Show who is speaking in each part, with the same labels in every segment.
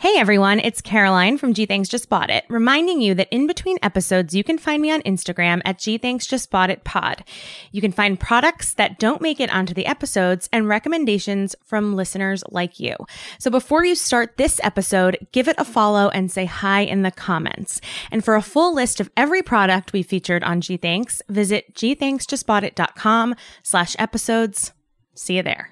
Speaker 1: Hey everyone, it's Caroline from G Thanks Just Bought It, reminding you that in between episodes, you can find me on Instagram at G Thanks Just Bought It Pod. You can find products that don't make it onto the episodes and recommendations from listeners like you. So before you start this episode, give it a follow and say hi in the comments. And for a full list of every product we featured on G Thanks, visit gthanksjustboughtit.com slash episodes. See you there.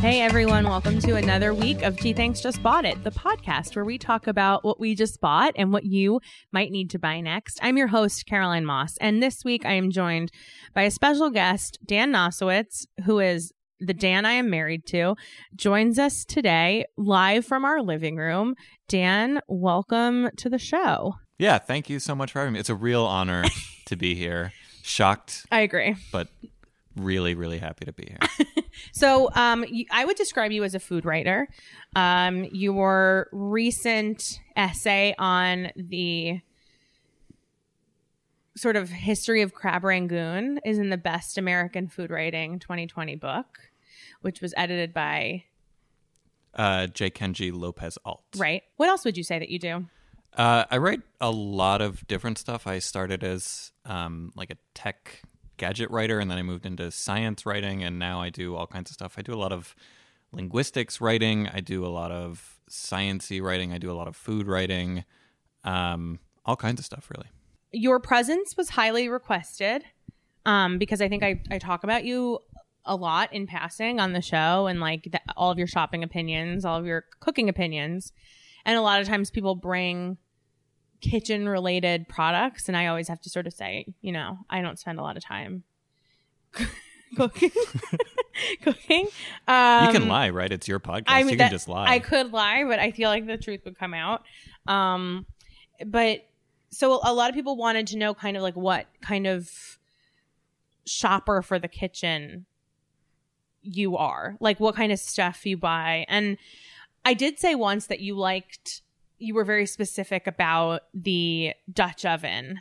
Speaker 1: Hey everyone, welcome to another week of G Thanks Just Bought It, the podcast where we talk about what we just bought and what you might need to buy next. I'm your host, Caroline Moss, and this week I am joined by a special guest, Dan Nosowitz, who is the Dan I am married to, joins us today live from our living room. Dan, welcome to the show.
Speaker 2: Yeah, thank you so much for having me. It's a real honor to be here. Shocked,
Speaker 1: I agree.
Speaker 2: but really, really happy to be here.
Speaker 1: So, um, you, I would describe you as a food writer. Um, your recent essay on the sort of history of crab rangoon is in the best American food writing 2020 book, which was edited by
Speaker 2: Uh, J. Kenji Lopez Alt.
Speaker 1: right. What else would you say that you do?
Speaker 2: Uh, I write a lot of different stuff. I started as um, like a tech gadget writer, and then I moved into science writing, and now I do all kinds of stuff. I do a lot of linguistics writing. I do a lot of sciency writing. I do a lot of food writing. Um, all kinds of stuff, really.
Speaker 1: your presence was highly requested um, because I think I, I talk about you a lot in passing on the show and like the, all of your shopping opinions, all of your cooking opinions. And a lot of times people bring kitchen related products, and I always have to sort of say, you know, I don't spend a lot of time cooking. cooking. Um,
Speaker 2: you can lie, right? It's your podcast. you
Speaker 1: that-
Speaker 2: can just lie.
Speaker 1: I could lie, but I feel like the truth would come out. Um, but so a lot of people wanted to know kind of like what kind of shopper for the kitchen you are, like what kind of stuff you buy. And I did say once that you liked, you were very specific about the Dutch oven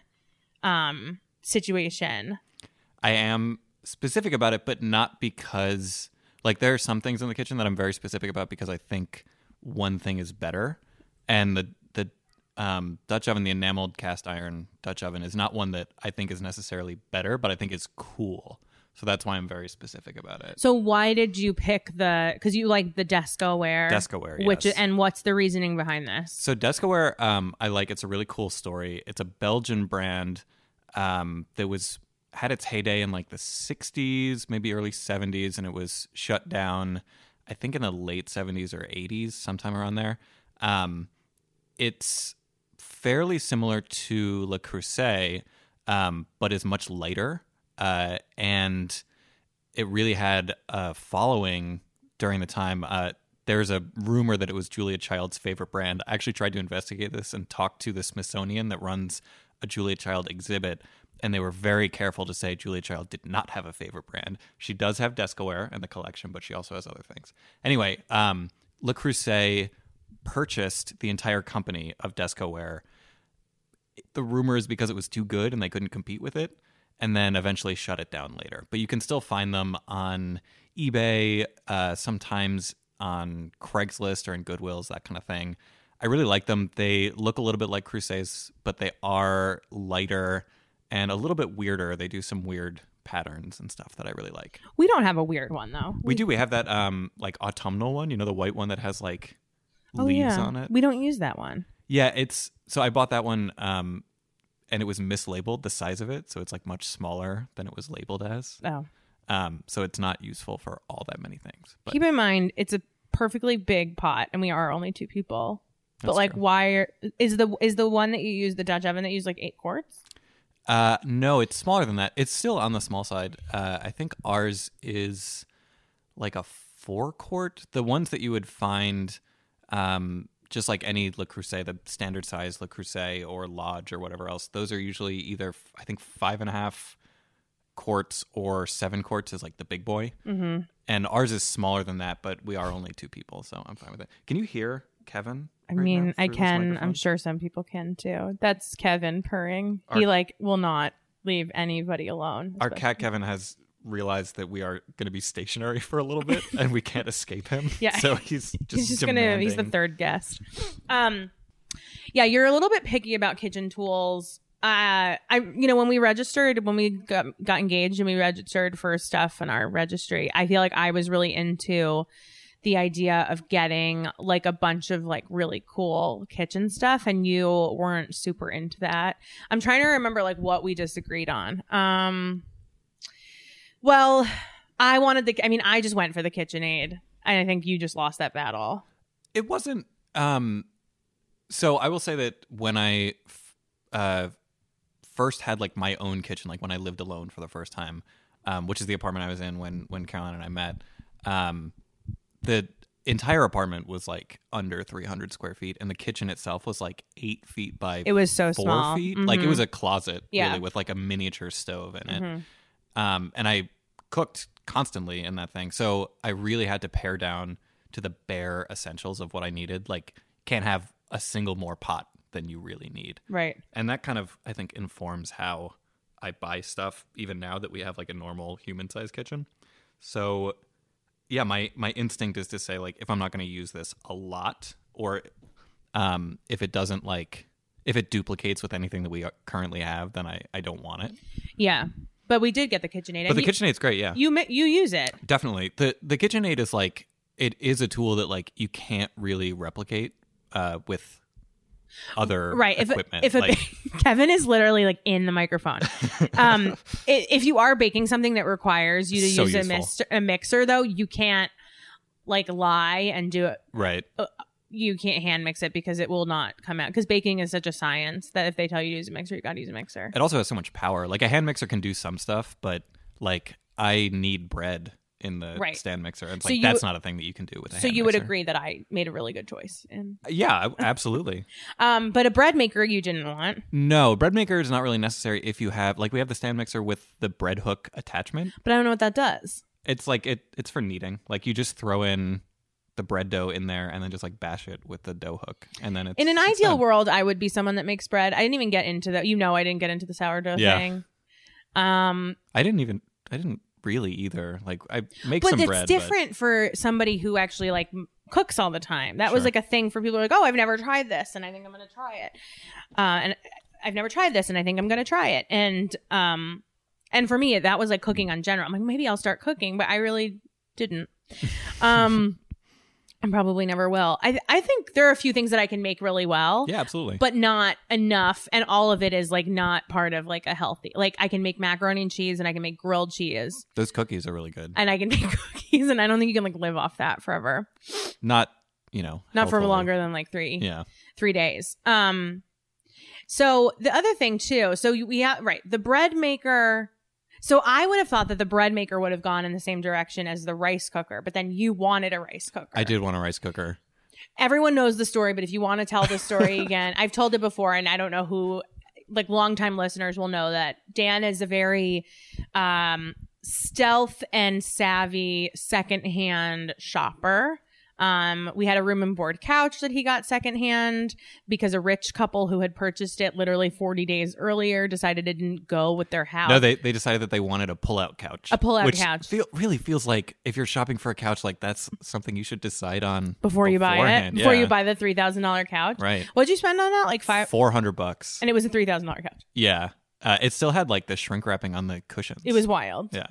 Speaker 1: um, situation.
Speaker 2: I am specific about it, but not because like there are some things in the kitchen that I'm very specific about because I think one thing is better, and the the um, Dutch oven, the enameled cast iron Dutch oven, is not one that I think is necessarily better, but I think it's cool. So that's why I'm very specific about it.
Speaker 1: So why did you pick the? Because you like the Descoware,
Speaker 2: Descoware,
Speaker 1: which
Speaker 2: yes.
Speaker 1: and what's the reasoning behind this?
Speaker 2: So Descaware, um, I like. It's a really cool story. It's a Belgian brand um, that was had its heyday in like the '60s, maybe early '70s, and it was shut down. I think in the late '70s or '80s, sometime around there. Um, it's fairly similar to Le Creuset, um, but is much lighter. Uh, and it really had a following during the time. Uh, there's a rumor that it was Julia Child's favorite brand. I actually tried to investigate this and talked to the Smithsonian that runs a Julia Child exhibit, and they were very careful to say Julia Child did not have a favorite brand. She does have Descaware in the collection, but she also has other things. Anyway, um, Le Creuset purchased the entire company of Descoware. The rumor is because it was too good and they couldn't compete with it, and then eventually shut it down later. But you can still find them on eBay, uh, sometimes on Craigslist or in Goodwills, that kind of thing. I really like them. They look a little bit like Crusades, but they are lighter and a little bit weirder. They do some weird patterns and stuff that I really like.
Speaker 1: We don't have a weird one though.
Speaker 2: We do. We have that um like autumnal one, you know, the white one that has like leaves on it.
Speaker 1: Oh, We don't use that one.
Speaker 2: Yeah, it's so I bought that one um and it was mislabeled the size of it, so it's like much smaller than it was labeled as.
Speaker 1: Oh,
Speaker 2: Um so it's not useful for all that many things. But
Speaker 1: keep in mind it's a perfectly big pot, and we are only two people. but
Speaker 2: That's
Speaker 1: like,
Speaker 2: true.
Speaker 1: why are, is the is the one that you use the Dutch oven that used like eight quarts?
Speaker 2: Uh, no, it's smaller than that. It's still on the small side. Uh, I think ours is like a four quart. The ones that you would find, um, just like any Le Creuset, the standard size Le Creuset or Lodge or whatever else, those are usually either, I think, five and a half quarts or seven quarts is like the big boy.
Speaker 1: Mm-hmm.
Speaker 2: And ours is smaller than that, but we are only two people, so I'm fine with it. Can you hear Kevin?
Speaker 1: I
Speaker 2: right now
Speaker 1: mean, I
Speaker 2: through this
Speaker 1: can. I'm
Speaker 2: microphone?
Speaker 1: sure some people can too. That's Kevin purring. he
Speaker 2: Our-
Speaker 1: like will not leave anybody alone.
Speaker 2: Our
Speaker 1: especially-
Speaker 2: cat Kevin has realized that we are going to be stationary for a little bit and we can't escape him.
Speaker 1: Yeah.
Speaker 2: So he's just,
Speaker 1: he's just gonna he's the
Speaker 2: demanding-
Speaker 1: third guest um yeah you're a little bit picky about kitchen tools uh i you know when we registered when we got, got engaged and we registered for stuff in our registry i feel like i was really into the idea of getting like a bunch of like really cool kitchen stuff and you weren't super into that i'm trying to remember like what we disagreed on um well i wanted the i mean i just went for the kitchenaid and i think you just lost that battle
Speaker 2: It wasn't. Um, so I will say that when I f- uh, first had like my own kitchen, like when I lived alone for the first time, um, which is the apartment I was in when when Caroline and I met, um, the entire apartment was like under 300 square feet, and the kitchen itself was like eight feet by
Speaker 1: It was so
Speaker 2: four
Speaker 1: small.
Speaker 2: feet. Like it
Speaker 1: Mhm.
Speaker 2: was a closet,
Speaker 1: Yeah.
Speaker 2: really, with like a miniature stove in it.
Speaker 1: Mhm.
Speaker 2: Um, and I cooked constantly in that thing, so I really had to pare down to the bare essentials of what I needed. Like, can't have a single more pot than you really need,
Speaker 1: right.
Speaker 2: and that kind of I think informs how I buy stuff even now that we have like a normal human sized kitchen. So, yeah, my my instinct is to say like if I'm not going to use this a lot, or um, if it doesn't like if it duplicates with anything that we uh, currently have, then I I don't want it.
Speaker 1: Yeah, but we did get the KitchenAid.
Speaker 2: But
Speaker 1: and
Speaker 2: the
Speaker 1: you,
Speaker 2: KitchenAid's great, yeah,
Speaker 1: you ma- you use it.
Speaker 2: definitely. the The KitchenAid is like it is a tool that like you can't really replicate uh, with other
Speaker 1: right if
Speaker 2: equipment.
Speaker 1: if a,
Speaker 2: like,
Speaker 1: kevin is literally like in the microphone um i- if you are baking something that requires you to
Speaker 2: So
Speaker 1: use a,
Speaker 2: useful.
Speaker 1: mist- a mixer though you can't like lie and do it
Speaker 2: right,
Speaker 1: you can't hand mix it because it will not come out because baking is such a science that if they tell you to use a mixer you gotta use a mixer
Speaker 2: It also has so much power. Like a hand mixer can do some stuff, but like I need bread in the
Speaker 1: Right.
Speaker 2: stand mixer. It's
Speaker 1: So
Speaker 2: like
Speaker 1: you-
Speaker 2: that's not a thing that you can do with a
Speaker 1: so
Speaker 2: hand
Speaker 1: you would
Speaker 2: mixer.
Speaker 1: agree that i made a really good choice and
Speaker 2: Yeah, I- absolutely.
Speaker 1: um but a bread maker you didn't want
Speaker 2: no, bread maker is not really necessary if you have like we have the stand mixer with the bread hook attachment.
Speaker 1: but i don't know what that does
Speaker 2: It's like it it's for kneading. Like you just throw in the bread dough in there and then just like bash it with the dough hook and then it's
Speaker 1: In an
Speaker 2: it's
Speaker 1: ideal
Speaker 2: done.
Speaker 1: world, I would be someone that makes bread. I didn't even get into that. You know, I didn't get into the sourdough
Speaker 2: Yeah.
Speaker 1: thing. Um,
Speaker 2: I didn't even I didn't really either. Like I make
Speaker 1: but
Speaker 2: some
Speaker 1: it's
Speaker 2: bread.
Speaker 1: different for somebody who actually like m- cooks all the time. That was
Speaker 2: Sure.
Speaker 1: like a thing for people who are like, oh, I've never tried this, and I think I'm gonna try it. Uh, and I've never tried this, and I think I'm gonna try it. And um, and for me, that was like cooking on general. I'm like, maybe I'll start cooking, but I really didn't. Um, and probably never will. I I think there are a few things that I can make really well.
Speaker 2: But, yeah, absolutely.
Speaker 1: but not enough and all of it is like not part of like a healthy like i can make macaroni and cheese and i can make grilled cheese
Speaker 2: Those cookies are really good.
Speaker 1: and i can make cookies and i don't think you can like live off that forever
Speaker 2: Not you know
Speaker 1: not for
Speaker 2: healthily.
Speaker 1: longer than like three
Speaker 2: Yeah.
Speaker 1: three days um so the other thing too so you- we have right the bread maker so i would have thought that the bread maker would have gone in the same direction as the rice cooker but then you wanted a rice cooker
Speaker 2: I did want a rice cooker.
Speaker 1: everyone knows the story, but if you want to tell the story again, I've told it before, and I don't know who, like longtime listeners will know that Dan is a very um, stealth and savvy secondhand shopper. Um, we had a room and board couch that he got secondhand because a rich couple who had purchased it literally 40 days earlier decided it didn't go with their house.
Speaker 2: No, they they decided that they wanted a pull-out couch.
Speaker 1: A pull-out
Speaker 2: which
Speaker 1: couch.
Speaker 2: Feel, really feels like if you're shopping for a couch, like that's something you should decide on
Speaker 1: before you buy it,
Speaker 2: beforehand.
Speaker 1: before
Speaker 2: Yeah.
Speaker 1: you buy the $3,000 couch.
Speaker 2: right?
Speaker 1: What'd you spend on that? Like five.
Speaker 2: Four hundred bucks.
Speaker 1: And it was a $3,000 couch.
Speaker 2: yeah, uh, it still had like the shrink wrapping on the cushions.
Speaker 1: It was wild.
Speaker 2: yeah,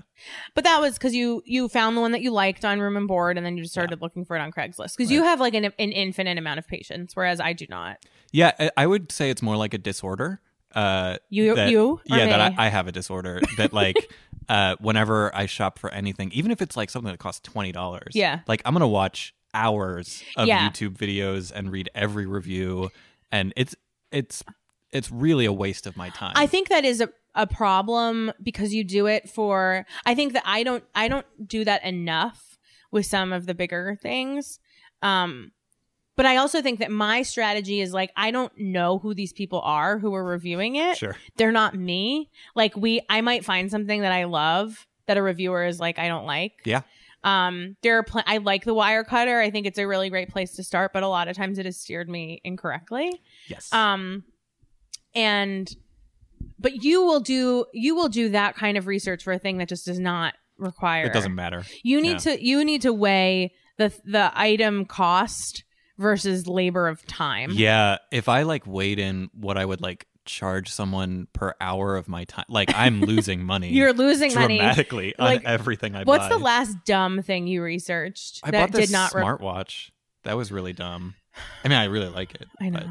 Speaker 1: But that was because you you found the one that you liked on room and board, and then you just started looking for it on Craigslist because you have like an, an infinite amount of patience, whereas I do not.
Speaker 2: yeah. I, I would say it's more like a disorder. Uh,
Speaker 1: You
Speaker 2: that-
Speaker 1: you or
Speaker 2: yeah, that
Speaker 1: me?
Speaker 2: I, I have a disorder that like uh, whenever I shop for anything, even if it's like something that costs twenty dollars,
Speaker 1: Yeah.
Speaker 2: like I'm gonna watch hours of
Speaker 3: Yeah.
Speaker 2: YouTube videos and read every review, and it's it's it's really a waste of my time.
Speaker 1: I think that is a, a problem because you do it for I think that I don't I don't do that enough with some of the bigger things. Um but I also think that my strategy is like I don't know who these people are who are reviewing it.
Speaker 2: sure.
Speaker 1: They're not me. Like we I might find something that I love that a reviewer is like I don't like.
Speaker 2: Yeah.
Speaker 1: Um there are pl- I like the wire cutter. I think it's a really great place to start, but a lot of times it has steered me incorrectly.
Speaker 2: Yes.
Speaker 1: Um, and but you will do you will do that kind of research for a thing that just does not require.
Speaker 2: it doesn't matter.
Speaker 1: You need to you need to weigh the the item cost versus labor of time.
Speaker 2: Yeah, if I like weighed in what I would like charge someone per hour of my time, like I'm losing money.
Speaker 1: You're losing money.
Speaker 2: dramatically
Speaker 1: Like,
Speaker 2: on everything I
Speaker 1: What's
Speaker 2: buy.
Speaker 1: the last dumb thing you researched
Speaker 2: I
Speaker 1: that
Speaker 2: bought this
Speaker 1: did not? re-
Speaker 2: smartwatch. That was really dumb. I mean, I really like it.
Speaker 1: I know.
Speaker 2: but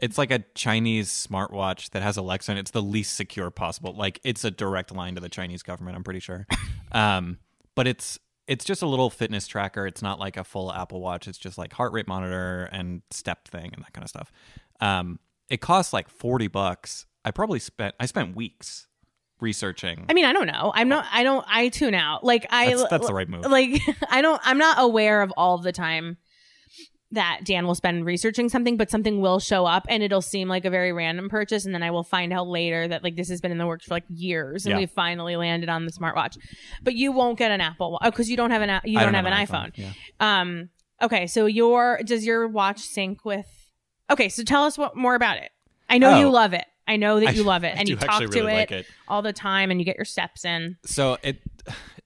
Speaker 2: It's like a Chinese smartwatch that has Alexa, and it's the least secure possible. Like it's a direct line to the Chinese government. I'm pretty sure. um, but it's it's just a little fitness tracker. It's not like a full Apple Watch. It's just like heart rate monitor and step thing and that kind of stuff. Um, it costs like forty bucks. I probably spent I spent weeks researching.
Speaker 1: I mean, I don't know. I'm not. I don't. I tune out. Like I.
Speaker 2: that's, that's the right move.
Speaker 1: like i don't i'm not aware of all the time that dan will spend researching something but something will show up and it'll seem like a very random purchase and then i will find out later that like this has been in the works for like years and
Speaker 2: Yeah.
Speaker 1: we finally landed on the smartwatch but you won't get an apple watch because you don't have an a- you
Speaker 2: I
Speaker 1: don't, have, an iphone,
Speaker 2: Yeah.
Speaker 1: um okay so your does your watch sync with okay so tell us what more about it i know
Speaker 2: Oh.
Speaker 1: you love it i know that
Speaker 2: I-
Speaker 1: you love it
Speaker 2: I
Speaker 1: and
Speaker 2: do
Speaker 1: you talk
Speaker 2: actually
Speaker 1: to
Speaker 2: really
Speaker 1: it,
Speaker 2: like it.
Speaker 1: all the time and you get your steps in
Speaker 2: so it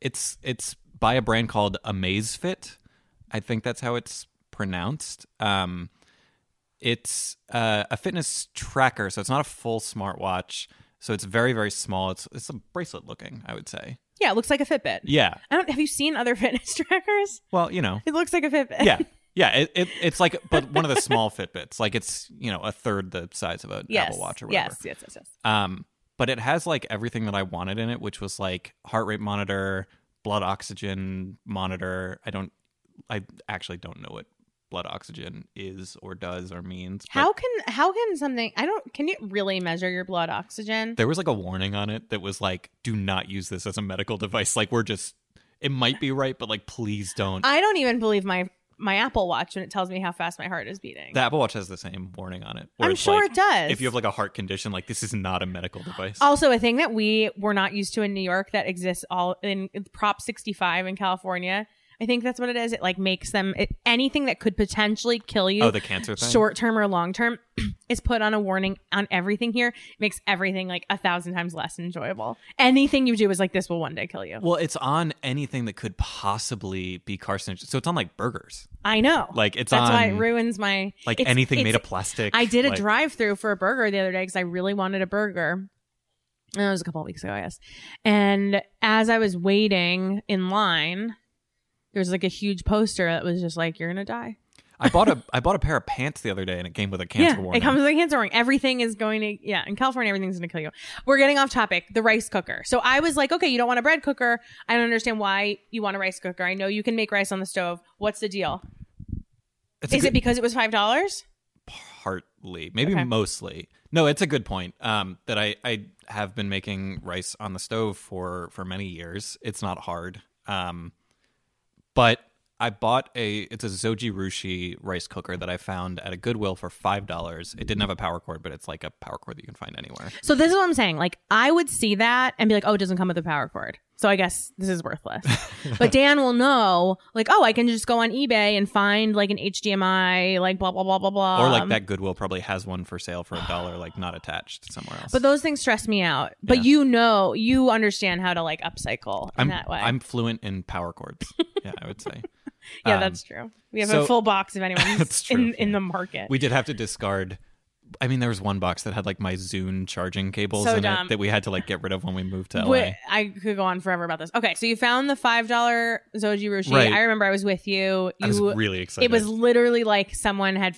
Speaker 2: it's it's by a brand called Amazfit. I think that's how it's pronounced. Um, it's uh, a fitness tracker, so it's not a full smartwatch. So it's very very small. It's it's a bracelet looking, I would say.
Speaker 1: yeah it looks like a fitbit
Speaker 2: Yeah.
Speaker 1: I don't. Have you seen other fitness trackers?
Speaker 2: Well, you know.
Speaker 1: It looks like a Fitbit.
Speaker 2: Yeah. Yeah, it, it, it's like, but one of the small Fitbits, like it's you know a third the size of an
Speaker 1: Yes.
Speaker 2: Apple Watch or whatever.
Speaker 1: yes. Yes. Yes. Yes.
Speaker 2: Um, but it has like everything that I wanted in it, which was like heart rate monitor, blood oxygen monitor. I don't, I actually don't know what blood oxygen is or does or means. but
Speaker 1: How can how can something? I don't. Can it really measure your blood oxygen?
Speaker 2: There was like a warning on it that was like, do not use this as a medical device. Like, we're just, it might be right, but like, please don't.
Speaker 1: I don't even believe my my Apple Watch when it tells me how fast my heart is beating.
Speaker 2: the Apple Watch has the same warning on it. where
Speaker 1: I'm
Speaker 2: it's,
Speaker 1: sure
Speaker 2: like,
Speaker 1: it does.
Speaker 2: If you have like a heart condition, like this is not a medical device.
Speaker 1: also a thing that we were not used to in New York that exists all in Prop 65 in California. I think that's what it is. It like makes them it, anything that could potentially kill you.
Speaker 2: oh, the cancer thing.
Speaker 1: short term or long term is put on a warning on everything here It makes everything like a thousand times less enjoyable anything you do is like this will one day kill you
Speaker 2: Well, it's on anything that could possibly be carcinogen. So it's on like burgers.
Speaker 1: i know
Speaker 2: Like it's
Speaker 1: that's
Speaker 2: on
Speaker 1: why it ruins my
Speaker 2: like
Speaker 1: it's-
Speaker 2: anything made
Speaker 1: it's-
Speaker 2: of plastic.
Speaker 1: i did a
Speaker 2: like-
Speaker 1: drive through for a burger the other day because i really wanted a burger And it was a couple of weeks ago i guess and as i was waiting in line there was like a huge poster that was just like you're gonna die
Speaker 2: I bought a I bought a pair of pants the other day and it came with a cancer
Speaker 1: yeah,
Speaker 2: warning.
Speaker 1: It comes with a cancer warning. Everything is going to yeah, in California everything's gonna kill you. We're getting off topic. The rice cooker. So I was like, okay, you don't want a bread cooker. I don't understand why you want a rice cooker. I know you can make rice on the stove. What's the deal?
Speaker 2: it's a
Speaker 1: Is
Speaker 2: good-
Speaker 1: it because it was five dollars?
Speaker 2: partly, maybe
Speaker 1: Okay.
Speaker 2: mostly? No, it's a good point. Um, that I I have been making rice on the stove for for many years. It's not hard. Um, but I bought a it's a Zoji Rushi rice cooker that I found at a Goodwill for five dollars. It didn't have a power cord, but it's like a power cord that you can find anywhere.
Speaker 1: So this is what I'm saying. Like I would see that and be like, oh, it doesn't come with a power cord. So I guess this is worthless. but Dan will know, like, oh, I can just go on eBay and find like an HDMI, like blah blah blah blah blah.
Speaker 2: or like that Goodwill probably has one for sale for a dollar, like not attached somewhere else.
Speaker 1: But those things stress me out. But
Speaker 2: Yeah.
Speaker 1: you know, you understand how to like upcycle in
Speaker 2: I'm
Speaker 1: that way.
Speaker 2: I'm fluent in power chords. yeah, I would say.
Speaker 1: yeah,
Speaker 2: Um,
Speaker 1: that's true. We have a
Speaker 2: so-
Speaker 1: full box if anyone's
Speaker 2: That's true,
Speaker 1: in, in the market.
Speaker 2: We did have to discard. I mean, there was one box that had like my Zune charging cables
Speaker 1: So
Speaker 2: in
Speaker 1: dumb.
Speaker 2: it that we had to like get rid of when we moved to LA.
Speaker 1: Wait, I could go on forever about this. Okay, so you found the five dollar Zoji Rushi.
Speaker 2: Right.
Speaker 1: I remember I was with you. You
Speaker 2: I was really excited.
Speaker 1: it was literally like someone had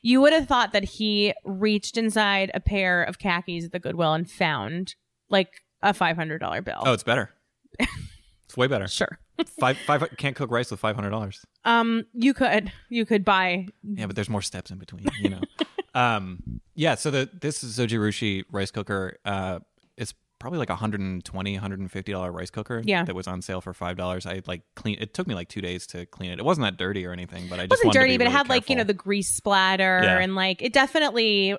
Speaker 1: you would have thought that he reached inside a pair of khakis at the Goodwill and found like a five hundred dollar bill.
Speaker 2: Oh, it's better. it's way better.
Speaker 1: sure.
Speaker 2: five five can't cook rice with five hundred dollars.
Speaker 1: Um, you could you could buy
Speaker 2: Yeah, but there's more steps in between, you know. um, yeah, so the this Zojirushi rice cooker, uh, it's probably like a 120 150 dollar rice cooker
Speaker 1: Yeah.
Speaker 2: that was on sale for five dollars. I like clean. It took me like two days to clean it. It wasn't that dirty or anything, but I
Speaker 1: it
Speaker 2: just
Speaker 1: wasn't
Speaker 2: wanted to
Speaker 1: dirty,
Speaker 2: be
Speaker 1: but it
Speaker 2: really
Speaker 1: had like you know
Speaker 2: careful.
Speaker 1: the grease splatter
Speaker 2: Yeah.
Speaker 1: and like it definitely it,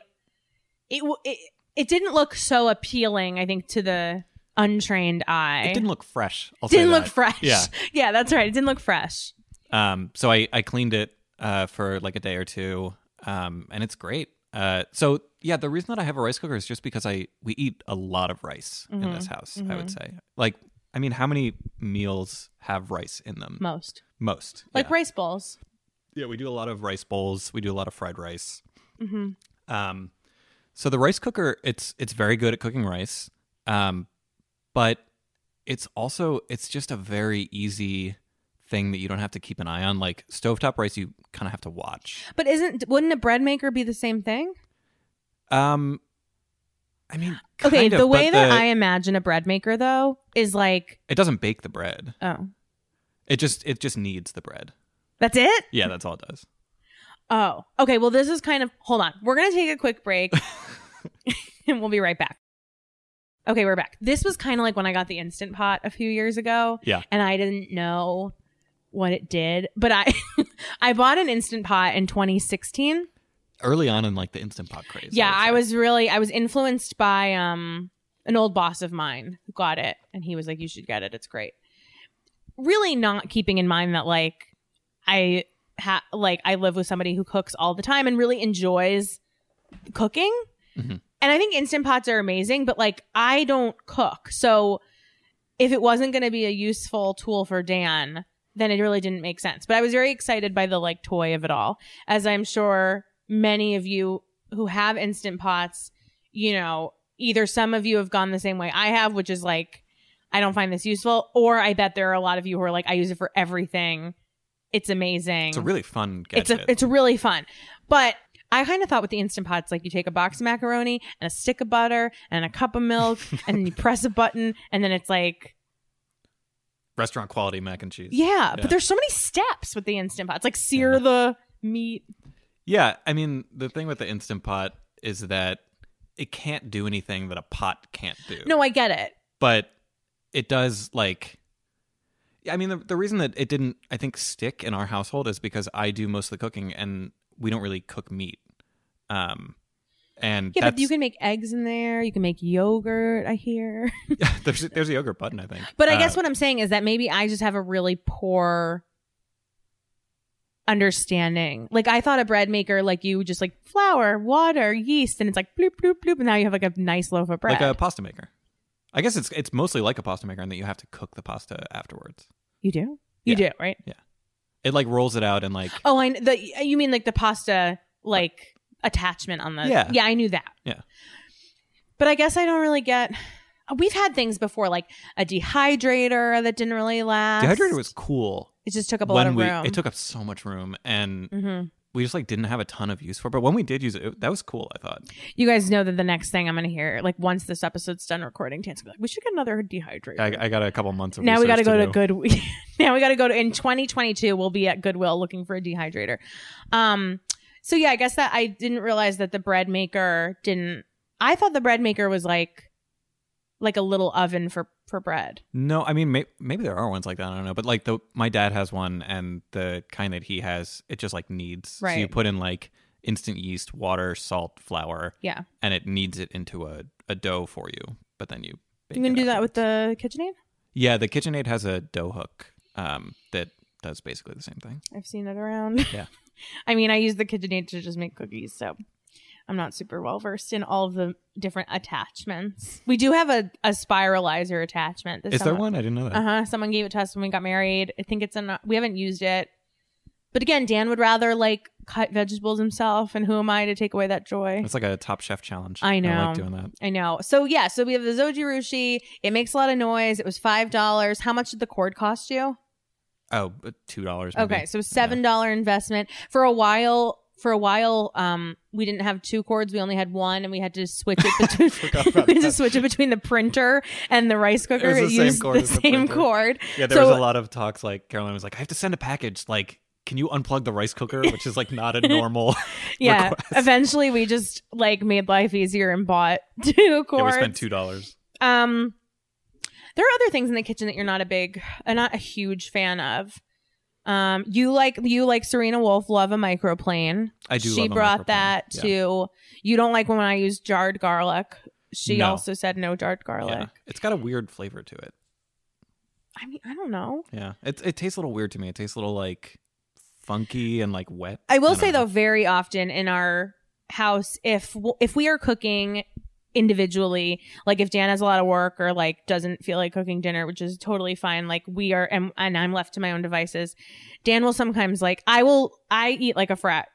Speaker 1: w- it it didn't look so appealing. I think to the untrained eye,
Speaker 2: It didn't look fresh. I'll say
Speaker 1: Didn't look
Speaker 2: that.
Speaker 1: fresh.
Speaker 2: Yeah.
Speaker 1: yeah, that's right. It didn't look fresh.
Speaker 2: Um, so I, I cleaned it uh, for like a day or two, um, and it's great. Uh, so yeah, the reason that I have a rice cooker is just because I we eat a lot of rice in this house. I would say, like, I mean, how many meals have rice in them?
Speaker 1: Most
Speaker 2: Most,
Speaker 1: like
Speaker 2: yeah.
Speaker 1: rice bowls.
Speaker 2: Yeah, we do a lot of rice bowls. We do a lot of fried rice.
Speaker 1: Mm-hmm.
Speaker 2: Um, so the rice cooker, it's it's very good at cooking rice, um, but it's also it's just a very easy thing that you don't have to keep an eye on. Like stovetop rice, you kind of have to watch.
Speaker 1: But isn't wouldn't a bread maker be the same thing?
Speaker 2: Um, I mean,
Speaker 1: okay,
Speaker 2: kind of,
Speaker 1: the way
Speaker 2: but
Speaker 1: that
Speaker 2: the-
Speaker 1: I imagine a bread maker though is like
Speaker 2: it doesn't bake the bread.
Speaker 1: oh
Speaker 2: It just it just needs the bread.
Speaker 1: that's it.
Speaker 2: Yeah, that's all it does.
Speaker 1: Oh, okay. Well, this is kind of. Hold on. We're going to take a quick break and we'll be right back. Okay, we're back. This was kind of like when I got the Instant Pot a few years ago.
Speaker 2: Yeah.
Speaker 1: And I didn't know what it did, but I I bought an Instant Pot in 2016.
Speaker 2: Early on in like the instant pot craze.
Speaker 1: yeah,
Speaker 2: would
Speaker 1: I
Speaker 2: say.
Speaker 1: was really I was influenced by um an old boss of mine who got it and he was like you should get it. It's great. Really not keeping in mind that like I ha- like I live with somebody who cooks all the time and really enjoys cooking.
Speaker 2: Mhm.
Speaker 1: And I think instant pots are amazing, but like I don't cook. So if it wasn't going to be a useful tool for Dan, then it really didn't make sense. But I was very excited by the like toy of it all, as I'm sure many of you who have instant pots, you know, either some of you have gone the same way I have, which is like, I don't find this useful, or I bet there are a lot of you who are like, I use it for everything. It's amazing.
Speaker 2: It's a really fun
Speaker 1: it's
Speaker 2: gadget.
Speaker 1: a, it's really fun. But I kind of thought with the instant pots, like you take a box of macaroni and a stick of butter and a cup of milk, and you press a button, and then it's like
Speaker 2: restaurant quality mac and cheese.
Speaker 1: yeah,
Speaker 2: Yeah.
Speaker 1: but there's so many steps with the instant pots. Like sear the meat.
Speaker 2: Yeah, I mean, the thing with the instant pot is that it can't do anything that a pot can't do.
Speaker 1: No, I get it.
Speaker 2: but it does like Yeah, I mean, the, the reason that it didn't I think stick in our household is because I do most of the cooking and we don't really cook meat. Um and
Speaker 1: Yeah, but
Speaker 2: that's,
Speaker 1: you can make eggs in there. You can make yogurt. I hear.
Speaker 2: there's there's a yogurt button, I think.
Speaker 1: But I
Speaker 2: Uh,
Speaker 1: guess what I'm saying is that maybe I just have a really poor understanding. Like I thought a bread maker, like you just like flour, water, yeast, and it's like bloop bloop bloop, and now you have like a nice loaf of bread.
Speaker 2: like a pasta maker. I guess it's it's mostly like a pasta maker in that you have to cook the pasta afterwards.
Speaker 1: you do, you do, right?
Speaker 2: It like rolls it out and like
Speaker 1: Oh, I kn- the you mean like the pasta like attachment on the
Speaker 2: Yeah.
Speaker 1: yeah I knew that
Speaker 2: Yeah.
Speaker 1: But I guess I don't really get. We've had things before like a dehydrator that didn't really last.
Speaker 2: dehydrator was cool
Speaker 1: it just took up a lot
Speaker 2: when
Speaker 1: of
Speaker 2: we
Speaker 1: room.
Speaker 2: it took up so much room and
Speaker 1: hmm
Speaker 2: we just like didn't have a ton of use for. it. But when we did use it, it that was cool. I thought.
Speaker 1: You guys know that the next thing I'm going to hear, like once this episode's done recording, Tan's gonna be like, we should get another dehydrator.
Speaker 2: I, I got a couple months of.
Speaker 1: now we got
Speaker 2: research
Speaker 1: to go to
Speaker 2: do.
Speaker 1: Good. now we got to go to in 2022. We'll be at Goodwill looking for a dehydrator. Um. So yeah, I guess that I didn't realize that the bread maker didn't. I thought the bread maker was like, like a little oven for for bread.
Speaker 2: No, I mean may, maybe there are ones like that. I don't know, but like the my dad has one, and the kind that he has, it just like needs. So you
Speaker 1: Right.
Speaker 2: put in like instant yeast, water, salt, flour,
Speaker 1: Yeah.
Speaker 2: and it kneads it into a, a dough for you. But then you. bake
Speaker 1: You gonna
Speaker 2: it
Speaker 1: do that with
Speaker 2: afterwards.
Speaker 1: the KitchenAid?
Speaker 2: Yeah, the KitchenAid has a dough hook um, that does basically the same thing.
Speaker 1: I've seen it around.
Speaker 2: Yeah.
Speaker 1: I mean, I use the KitchenAid to just make cookies, so I'm not super well versed in all of the different attachments. We do have a, a spiralizer attachment. that
Speaker 2: Is there
Speaker 1: someone-
Speaker 2: one? I didn't know that.
Speaker 1: Uh-huh. Someone gave it to us when we got married. I think it's in we haven't used it. But again, Dan would rather like cut vegetables himself, and who am I to take away that joy?
Speaker 2: It's like a Top Chef challenge.
Speaker 1: I
Speaker 2: like
Speaker 1: know.
Speaker 2: doing that.
Speaker 1: I know. So yeah, so we have the Zoji Rushi. It makes a lot of noise. It was five dollars. How much did the cord cost you?
Speaker 2: Oh, but two dollars.
Speaker 1: Okay, so seven dollar investment for a while. for a while um we didn't have two cords we only had one and we had to switch it between
Speaker 2: Forgot about
Speaker 1: we had to
Speaker 2: that.
Speaker 1: switch it between the printer and the rice cooker
Speaker 2: the
Speaker 1: It
Speaker 2: same
Speaker 1: used
Speaker 2: cord
Speaker 1: the
Speaker 2: as the
Speaker 1: same
Speaker 2: printer.
Speaker 1: cord
Speaker 2: Yeah, there
Speaker 1: So-
Speaker 2: was a lot of talks. Like Caroline was like, "I have to send a package. Like, can you unplug the rice cooker?" Which is like not a normal.
Speaker 1: yeah
Speaker 2: request.
Speaker 1: eventually we just like made life easier and bought two
Speaker 2: yeah, we
Speaker 1: cords
Speaker 2: spent two dollars.
Speaker 1: Um, there are other things in the kitchen that you're not a big, uh, not a huge fan of. Um, you like you like Serena Wolf love a microplane.
Speaker 2: I do.
Speaker 1: She
Speaker 2: love a
Speaker 1: brought
Speaker 2: microphone.
Speaker 1: that
Speaker 2: Yeah.
Speaker 1: to. You don't like when I use jarred garlic. She
Speaker 2: No.
Speaker 1: also said no jarred
Speaker 2: Yeah.
Speaker 1: garlic.
Speaker 2: It's got a weird flavor to it.
Speaker 1: I mean, I don't know.
Speaker 2: Yeah, it it tastes a little weird to me. It tastes a little like funky and like wet.
Speaker 1: I will
Speaker 2: don't
Speaker 1: say
Speaker 2: know.
Speaker 1: though, very often in our house, if w- if we are cooking individually, like if Dan has a lot of work or like doesn't feel like cooking dinner, which is totally fine. Like we are, and, and I'm left to my own devices. Dan will sometimes like I will I eat like a frat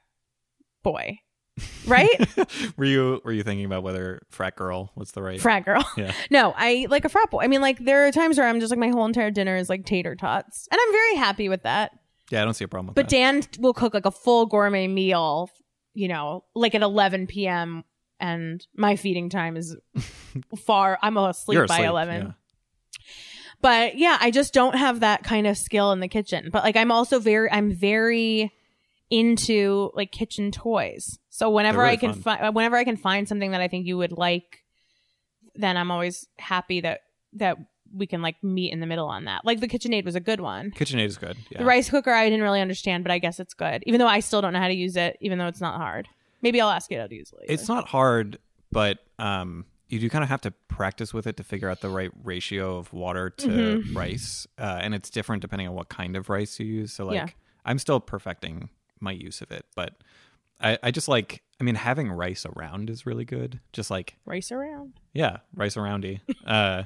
Speaker 1: boy, right?
Speaker 2: were you were you thinking about whether frat girl was the right?
Speaker 1: frat girl.
Speaker 2: Yeah.
Speaker 1: No, I eat like a frat boy. I mean, like there are times where I'm just like my whole entire dinner is like tater tots, and I'm very happy with that.
Speaker 2: Yeah, I don't see a problem with
Speaker 1: But
Speaker 2: that.
Speaker 1: Dan will cook like a full gourmet meal, you know, like at 11 p.m. And my feeding time is far. I'm asleep
Speaker 2: You're
Speaker 1: by
Speaker 2: asleep,
Speaker 1: 11.
Speaker 2: yeah.
Speaker 1: But yeah, I just don't have that kind of skill in the kitchen. But like, I'm also very, I'm very into like kitchen toys. So whenever
Speaker 2: really
Speaker 1: I can find, whenever I can find something that I think you would like, then I'm always happy that that we can like meet in the middle on that. Like the KitchenAid was a good one.
Speaker 2: KitchenAid is good. Yeah.
Speaker 1: The rice cooker I didn't really understand, but I guess it's good. Even though I still don't know how to use it, even though it's not hard. Maybe I'll ask you how to use it. Later.
Speaker 2: It's not hard, but um, you do kind of have to practice with it to figure out the right ratio of water to
Speaker 1: Mm-hmm.
Speaker 2: rice, uh, and it's different depending on what kind of rice you use. So like,
Speaker 1: Yeah.
Speaker 2: I'm still perfecting my use of it, but I, I just like. I mean, having rice around is really good. Just like
Speaker 1: rice around.
Speaker 2: yeah, rice aroundy. Uh,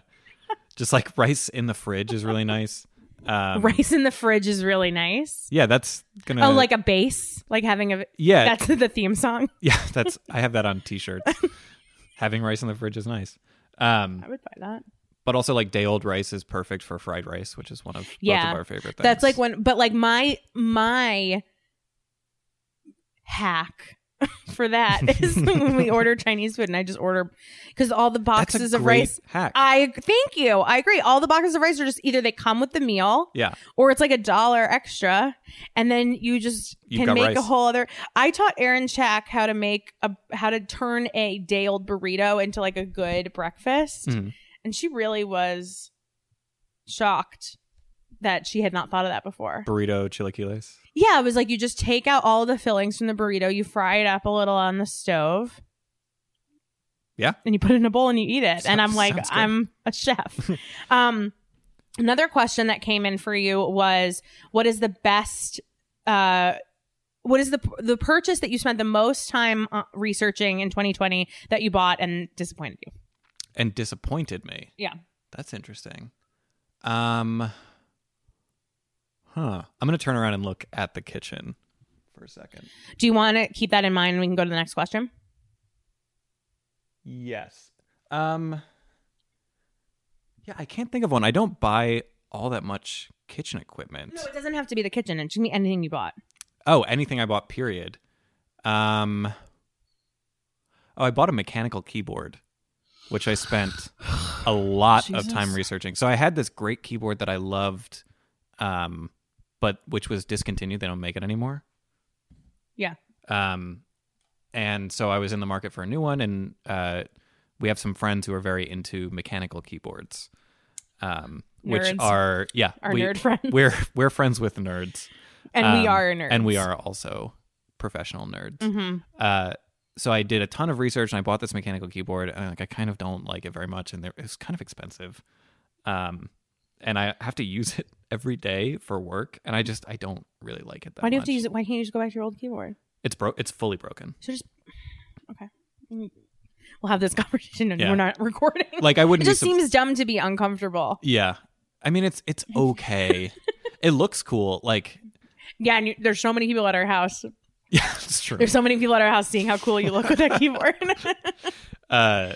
Speaker 2: just like rice in the fridge is really nice. Um,
Speaker 1: rice in the fridge is really nice.
Speaker 2: Yeah, that's gonna.
Speaker 1: oh, like a bass, like having a.
Speaker 2: yeah,
Speaker 1: That's the theme song.
Speaker 2: yeah. That's I have that on t-shirts. Having rice in the fridge is nice. Um,
Speaker 1: I would buy that.
Speaker 2: but also like day old rice is perfect for fried rice, which is one of both
Speaker 1: Yeah.
Speaker 2: of our favorite things.
Speaker 1: That's like when, but like my my hack for that is when we order Chinese food and I just order because all the
Speaker 2: That's a
Speaker 1: boxes of
Speaker 2: great
Speaker 1: rice. Ah.
Speaker 2: hack.
Speaker 1: I thank you. I agree. All the boxes of rice are just either they come with the meal,
Speaker 2: yeah,
Speaker 1: or it's like a dollar extra and then you just
Speaker 2: You've
Speaker 1: can
Speaker 2: got
Speaker 1: make a
Speaker 2: rice.
Speaker 1: whole other i taught aaron Chack how to make a how to turn a day old burrito into like a good breakfast
Speaker 2: Mhm.
Speaker 1: and she really was shocked that she had not thought of that before
Speaker 2: burrito chilaquiles.
Speaker 1: yeah it was like you just take out all the fillings from the burrito you fry it up a little on the stove
Speaker 2: Yeah.
Speaker 1: and you put it in a bowl and you eat it and
Speaker 2: Sounds-
Speaker 1: i'm like
Speaker 2: sounds good.
Speaker 1: i'm a chef um another question that came in for you was what is the best uh what is the the purchase that you spent the most time uh, researching in 2020 that you bought and disappointed you?
Speaker 2: And disappointed me.
Speaker 1: Yeah.
Speaker 2: That's interesting. Um, huh. I'm gonna turn around and look at the kitchen for a second.
Speaker 1: Do you want to keep that in mind? We can go to the next question.
Speaker 2: Yes. Um Yeah, I can't think of one. I don't buy all that much kitchen equipment.
Speaker 1: No, it doesn't have to be the kitchen. It should be anything you bought.
Speaker 2: Oh, anything I bought period. Um Oh, I bought a mechanical keyboard which I spent a lot of time researching. So I had this great keyboard that I loved um but which was discontinued. They don't make it anymore.
Speaker 1: Yeah.
Speaker 2: Um, and so I was in the market for a new one, and uh, we have some friends who are very into mechanical keyboards, um, which
Speaker 1: Nerds.
Speaker 2: are yeah,
Speaker 1: Our nerd friends.
Speaker 2: We're we're friends with nerds,
Speaker 1: And we
Speaker 2: Um,
Speaker 1: are nerds.
Speaker 2: and we are also professional nerds.
Speaker 1: Mhm.
Speaker 2: Uh, so I did a ton of research, and I bought this mechanical keyboard, and like I kind of don't like it very much, and there- it was kind of expensive, um, and I have to use it every day for work, and I just I don't really like it that
Speaker 1: Why do you have to
Speaker 2: much.
Speaker 1: use it? Why can't you just go back to your old keyboard?
Speaker 2: It's bro. It's fully broken.
Speaker 1: So just okay. We'll have this conversation and
Speaker 2: Yeah.
Speaker 1: we're not recording.
Speaker 2: Like I
Speaker 1: it
Speaker 2: wouldn't.
Speaker 1: just
Speaker 2: be sup-
Speaker 1: seems dumb to be uncomfortable.
Speaker 2: yeah, I mean it's it's okay. it looks cool. Like
Speaker 1: Yeah, and you, there's so many people at our house.
Speaker 2: yeah, it's true.
Speaker 1: There's so many people at our house seeing how cool you look with that keyboard.
Speaker 2: Uh,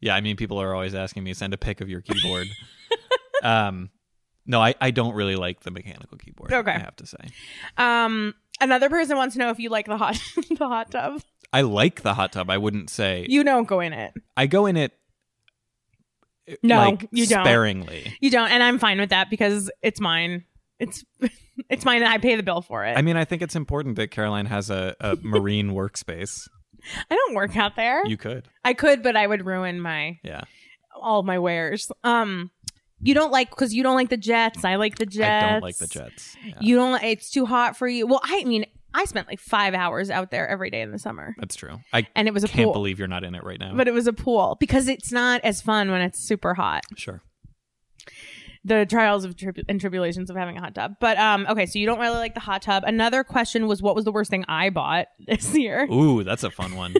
Speaker 2: yeah, I mean people are always asking me send a pic of your keyboard. um, no, I I don't really like the mechanical keyboard.
Speaker 1: Okay.
Speaker 2: I have to say.
Speaker 1: um, Another person wants to know if you like the hot the hot tub.
Speaker 2: I like the hot tub. I wouldn't say
Speaker 1: You don't go in it.
Speaker 2: I go in it. uh,
Speaker 1: No,
Speaker 2: like,
Speaker 1: you don't.
Speaker 2: Sparingly.
Speaker 1: You don't, and I'm fine with that because it's mine. It's it's mine, and I pay the bill for it.
Speaker 2: I mean, I think it's important that Caroline has a, a marine workspace.
Speaker 1: I don't work out there.
Speaker 2: You could.
Speaker 1: I could, but I would ruin my
Speaker 2: Yeah.
Speaker 1: all of my wares. Um, you don't like because you don't like the Jets. I like the Jets.
Speaker 2: I don't like the Jets. Yeah,
Speaker 1: You don't. like It's too hot for you. Well, I mean, I spent like five hours out there every day in the summer,
Speaker 2: that's true. I
Speaker 1: and it was a
Speaker 2: can't
Speaker 1: pool.
Speaker 2: believe you're not in it right now.
Speaker 1: but it was a pool because it's not as fun when it's super hot.
Speaker 2: sure.
Speaker 1: The trials of tribu- and tribulations of having a hot tub. But um, okay, so you don't really like the hot tub. Another question was, what was the worst thing I bought this year?
Speaker 2: Ooh, that's a fun one.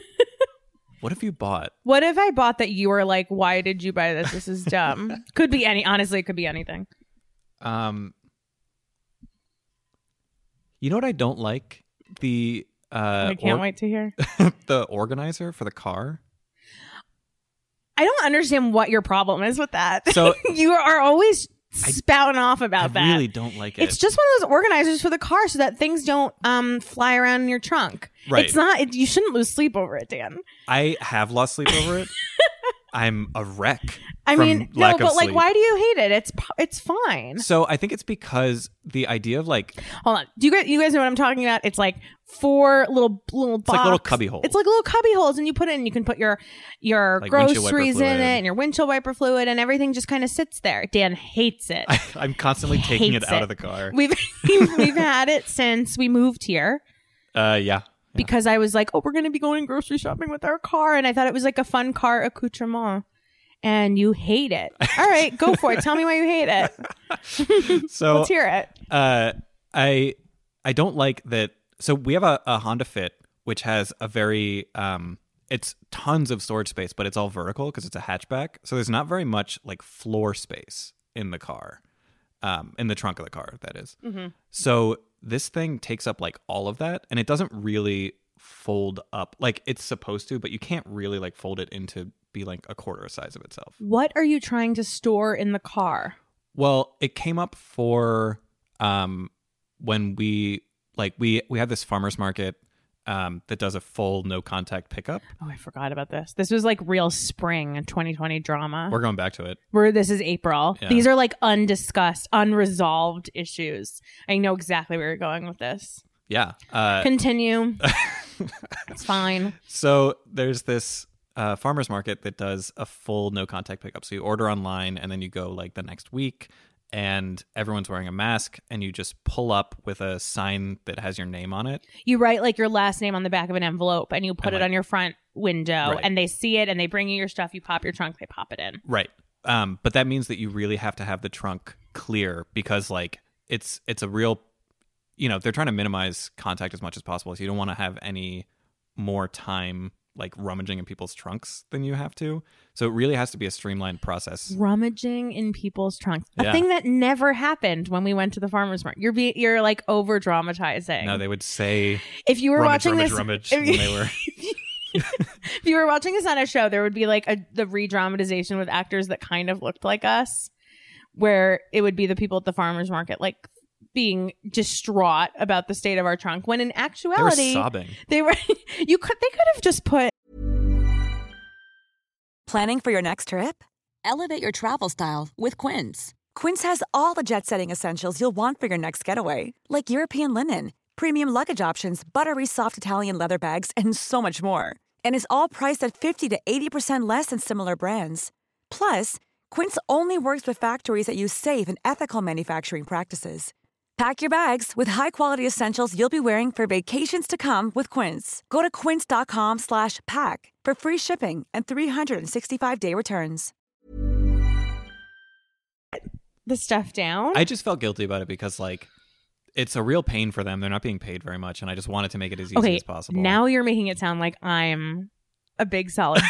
Speaker 2: what have you bought?
Speaker 1: What if I bought that you were like, why did you buy this? This is dumb. could be any. Honestly, it could be anything.
Speaker 2: Um, you know what I don't like the uh,
Speaker 1: I can't
Speaker 2: or-
Speaker 1: wait to hear.
Speaker 2: the organizer for the car.
Speaker 1: I don't understand what your problem is with that.
Speaker 2: So-
Speaker 1: you are always
Speaker 2: I-
Speaker 1: spouting off about
Speaker 2: I
Speaker 1: that.
Speaker 2: really don't like it.
Speaker 1: it's just one of those organizers for the car so that things don't um fly around in your trunk.
Speaker 2: Right.
Speaker 1: It's not it, you shouldn't lose sleep over it, Dan.
Speaker 2: I have lost sleep over it. I'm a wreck.
Speaker 1: I
Speaker 2: from
Speaker 1: mean, no,
Speaker 2: lack of
Speaker 1: but like
Speaker 2: sleep.
Speaker 1: why do you hate it? It's pro- it's fine.
Speaker 2: So I think it's because the idea of like
Speaker 1: Hold on. Do you guys you guys know what I'm talking about? It's like four little little box.
Speaker 2: like little cubby holes.
Speaker 1: It's like little cubby holes and you put it in you can put your your
Speaker 2: Like windshield wiper
Speaker 1: groceries in it
Speaker 2: fluid.
Speaker 1: and your windshield wiper fluid and everything just kind of sits there. Dan hates it.
Speaker 2: I, I'm constantly taking it
Speaker 1: Hates
Speaker 2: out
Speaker 1: it.
Speaker 2: of the car.
Speaker 1: We've we've had it since we moved here
Speaker 2: Uh, yeah.
Speaker 1: because I was like, oh, we're gonna be going grocery shopping with our car, and I thought it was like a fun car accoutrement. And you hate it. All right, go for it. Tell me why you hate it.
Speaker 2: So
Speaker 1: Let's hear it.
Speaker 2: uh, I I don't like that. So we have a, a Honda Fit which has a very um, it's tons of storage space, but it's all vertical because it's a hatchback. So there's not very much like floor space in the car, um, in the trunk of the car. That is. So this thing takes up like all of that, and it doesn't really fold up like it's supposed to, but you can't really like fold it into be like a quarter size of itself.
Speaker 1: What are you trying to store in the car?
Speaker 2: Well, it came up for um when we like we we had this farmers market um that does a full no contact pickup.
Speaker 1: Oh, I forgot about this. This was like real spring 2020 drama.
Speaker 2: We're going back to it.
Speaker 1: Where this is April.
Speaker 2: Yeah.
Speaker 1: These are like undiscussed, unresolved issues. I know exactly where you're going with this.
Speaker 2: Yeah. Uh
Speaker 1: Continue. it's fine.
Speaker 2: so there's this uh, farmers market that does a full no contact pickup. So you order online and then you go like the next week and everyone's wearing a mask and you just pull up with a sign that has your name on it.
Speaker 1: you write like your last name on the back of an envelope and you put
Speaker 2: And,
Speaker 1: it
Speaker 2: like-
Speaker 1: on your front window
Speaker 2: Right.
Speaker 1: and they see it and they bring you your stuff you pop your trunk they pop it in
Speaker 2: Right. Um, but that means that you really have to have the trunk clear because like it's it's a real you know, they're trying to minimize contact as much as possible. So you don't want to have any more time like rummaging in people's trunks than you have to. So it really has to be a streamlined process.
Speaker 1: rummaging in people's trunks a
Speaker 2: Yeah.
Speaker 1: thing that never happened when we went to the farmers market you're be- you're like over dramatizing
Speaker 2: Now they would say
Speaker 1: if you were
Speaker 2: rummage,
Speaker 1: watching
Speaker 2: rummage,
Speaker 1: this
Speaker 2: rummage
Speaker 1: if,
Speaker 2: when they were
Speaker 1: if you were watching us on a show there would be like a the re-dramatization with actors that kind of looked like us where it would be the people at the farmers market like being distraught about the state of our trunk when in
Speaker 2: they were
Speaker 1: actuality
Speaker 2: sobbing.
Speaker 1: They were you could they could have just put
Speaker 4: Planning for your next trip? Elevate your travel style with Quince. Quince has all the jet setting essentials you'll want for your next getaway, like European linen, premium luggage options, buttery soft Italian leather bags, and so much more. And is all priced at 50 to 80% less than similar brands. Plus, Quince only works with factories that use safe and ethical manufacturing practices. Pack your bags with high-quality essentials you'll be wearing for vacations to come with Quince. Go to quince.com slash pack for free shipping and 365-day returns.
Speaker 1: the stuff down.
Speaker 2: I just felt guilty about it because like it's a real pain for them. They're not being paid very much and I just wanted to make it as easy
Speaker 1: okay,
Speaker 2: as possible.
Speaker 1: now you're making it sound like I'm a big solid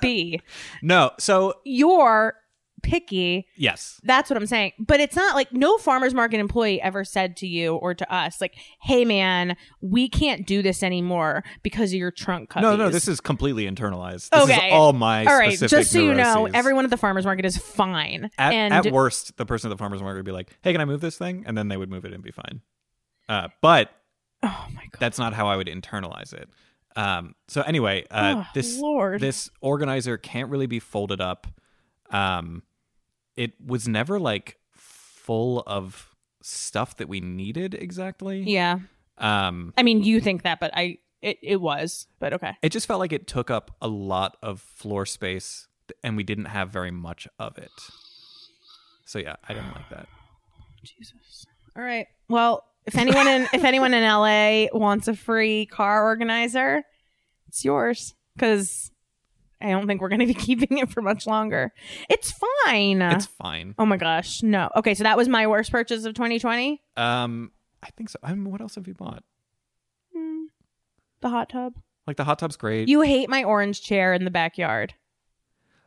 Speaker 1: B.
Speaker 2: No, so
Speaker 1: You're picky.
Speaker 2: yes.
Speaker 1: That's what I'm saying. But it's not like no farmers market employee ever said to you or to us like, "Hey man, we can't do this anymore because of your trunk cubbies."
Speaker 2: No, no, this is completely internalized. This
Speaker 1: Okay.
Speaker 2: is all my
Speaker 1: All right,
Speaker 2: specific
Speaker 1: just so you know,
Speaker 2: neuroses.
Speaker 1: everyone at the farmers market is fine.
Speaker 2: at,
Speaker 1: and
Speaker 2: at worst, the person at the farmer's market would be like, hey, can I move this thing? And then they would move it and be fine. Uh, but
Speaker 1: Oh my god.
Speaker 2: that's not how I would internalize it. Um, so anyway, uh,
Speaker 1: Oh,
Speaker 2: this
Speaker 1: Lord.
Speaker 2: this organizer can't really be folded up. Um, it was never like full of stuff that we needed exactly.
Speaker 1: yeah.
Speaker 2: Um,
Speaker 1: I mean, you think that, but I it, it was. But okay.
Speaker 2: it just felt like it took up a lot of floor space, and we didn't have very much of it. So yeah, I didn't like that.
Speaker 1: Jesus. All right. Well, if anyone in if anyone in LA wants a free car organizer, it's yours cuz I don't think we're going to be keeping it for much longer. It's fine.
Speaker 2: It's fine.
Speaker 1: oh my gosh. No. Okay, so that was my worst purchase of 2020.
Speaker 2: Um, I think so. I mean, what else have you bought?
Speaker 1: Hmm. The hot tub.
Speaker 2: Like the hot tub's great.
Speaker 1: You hate my orange chair in the backyard,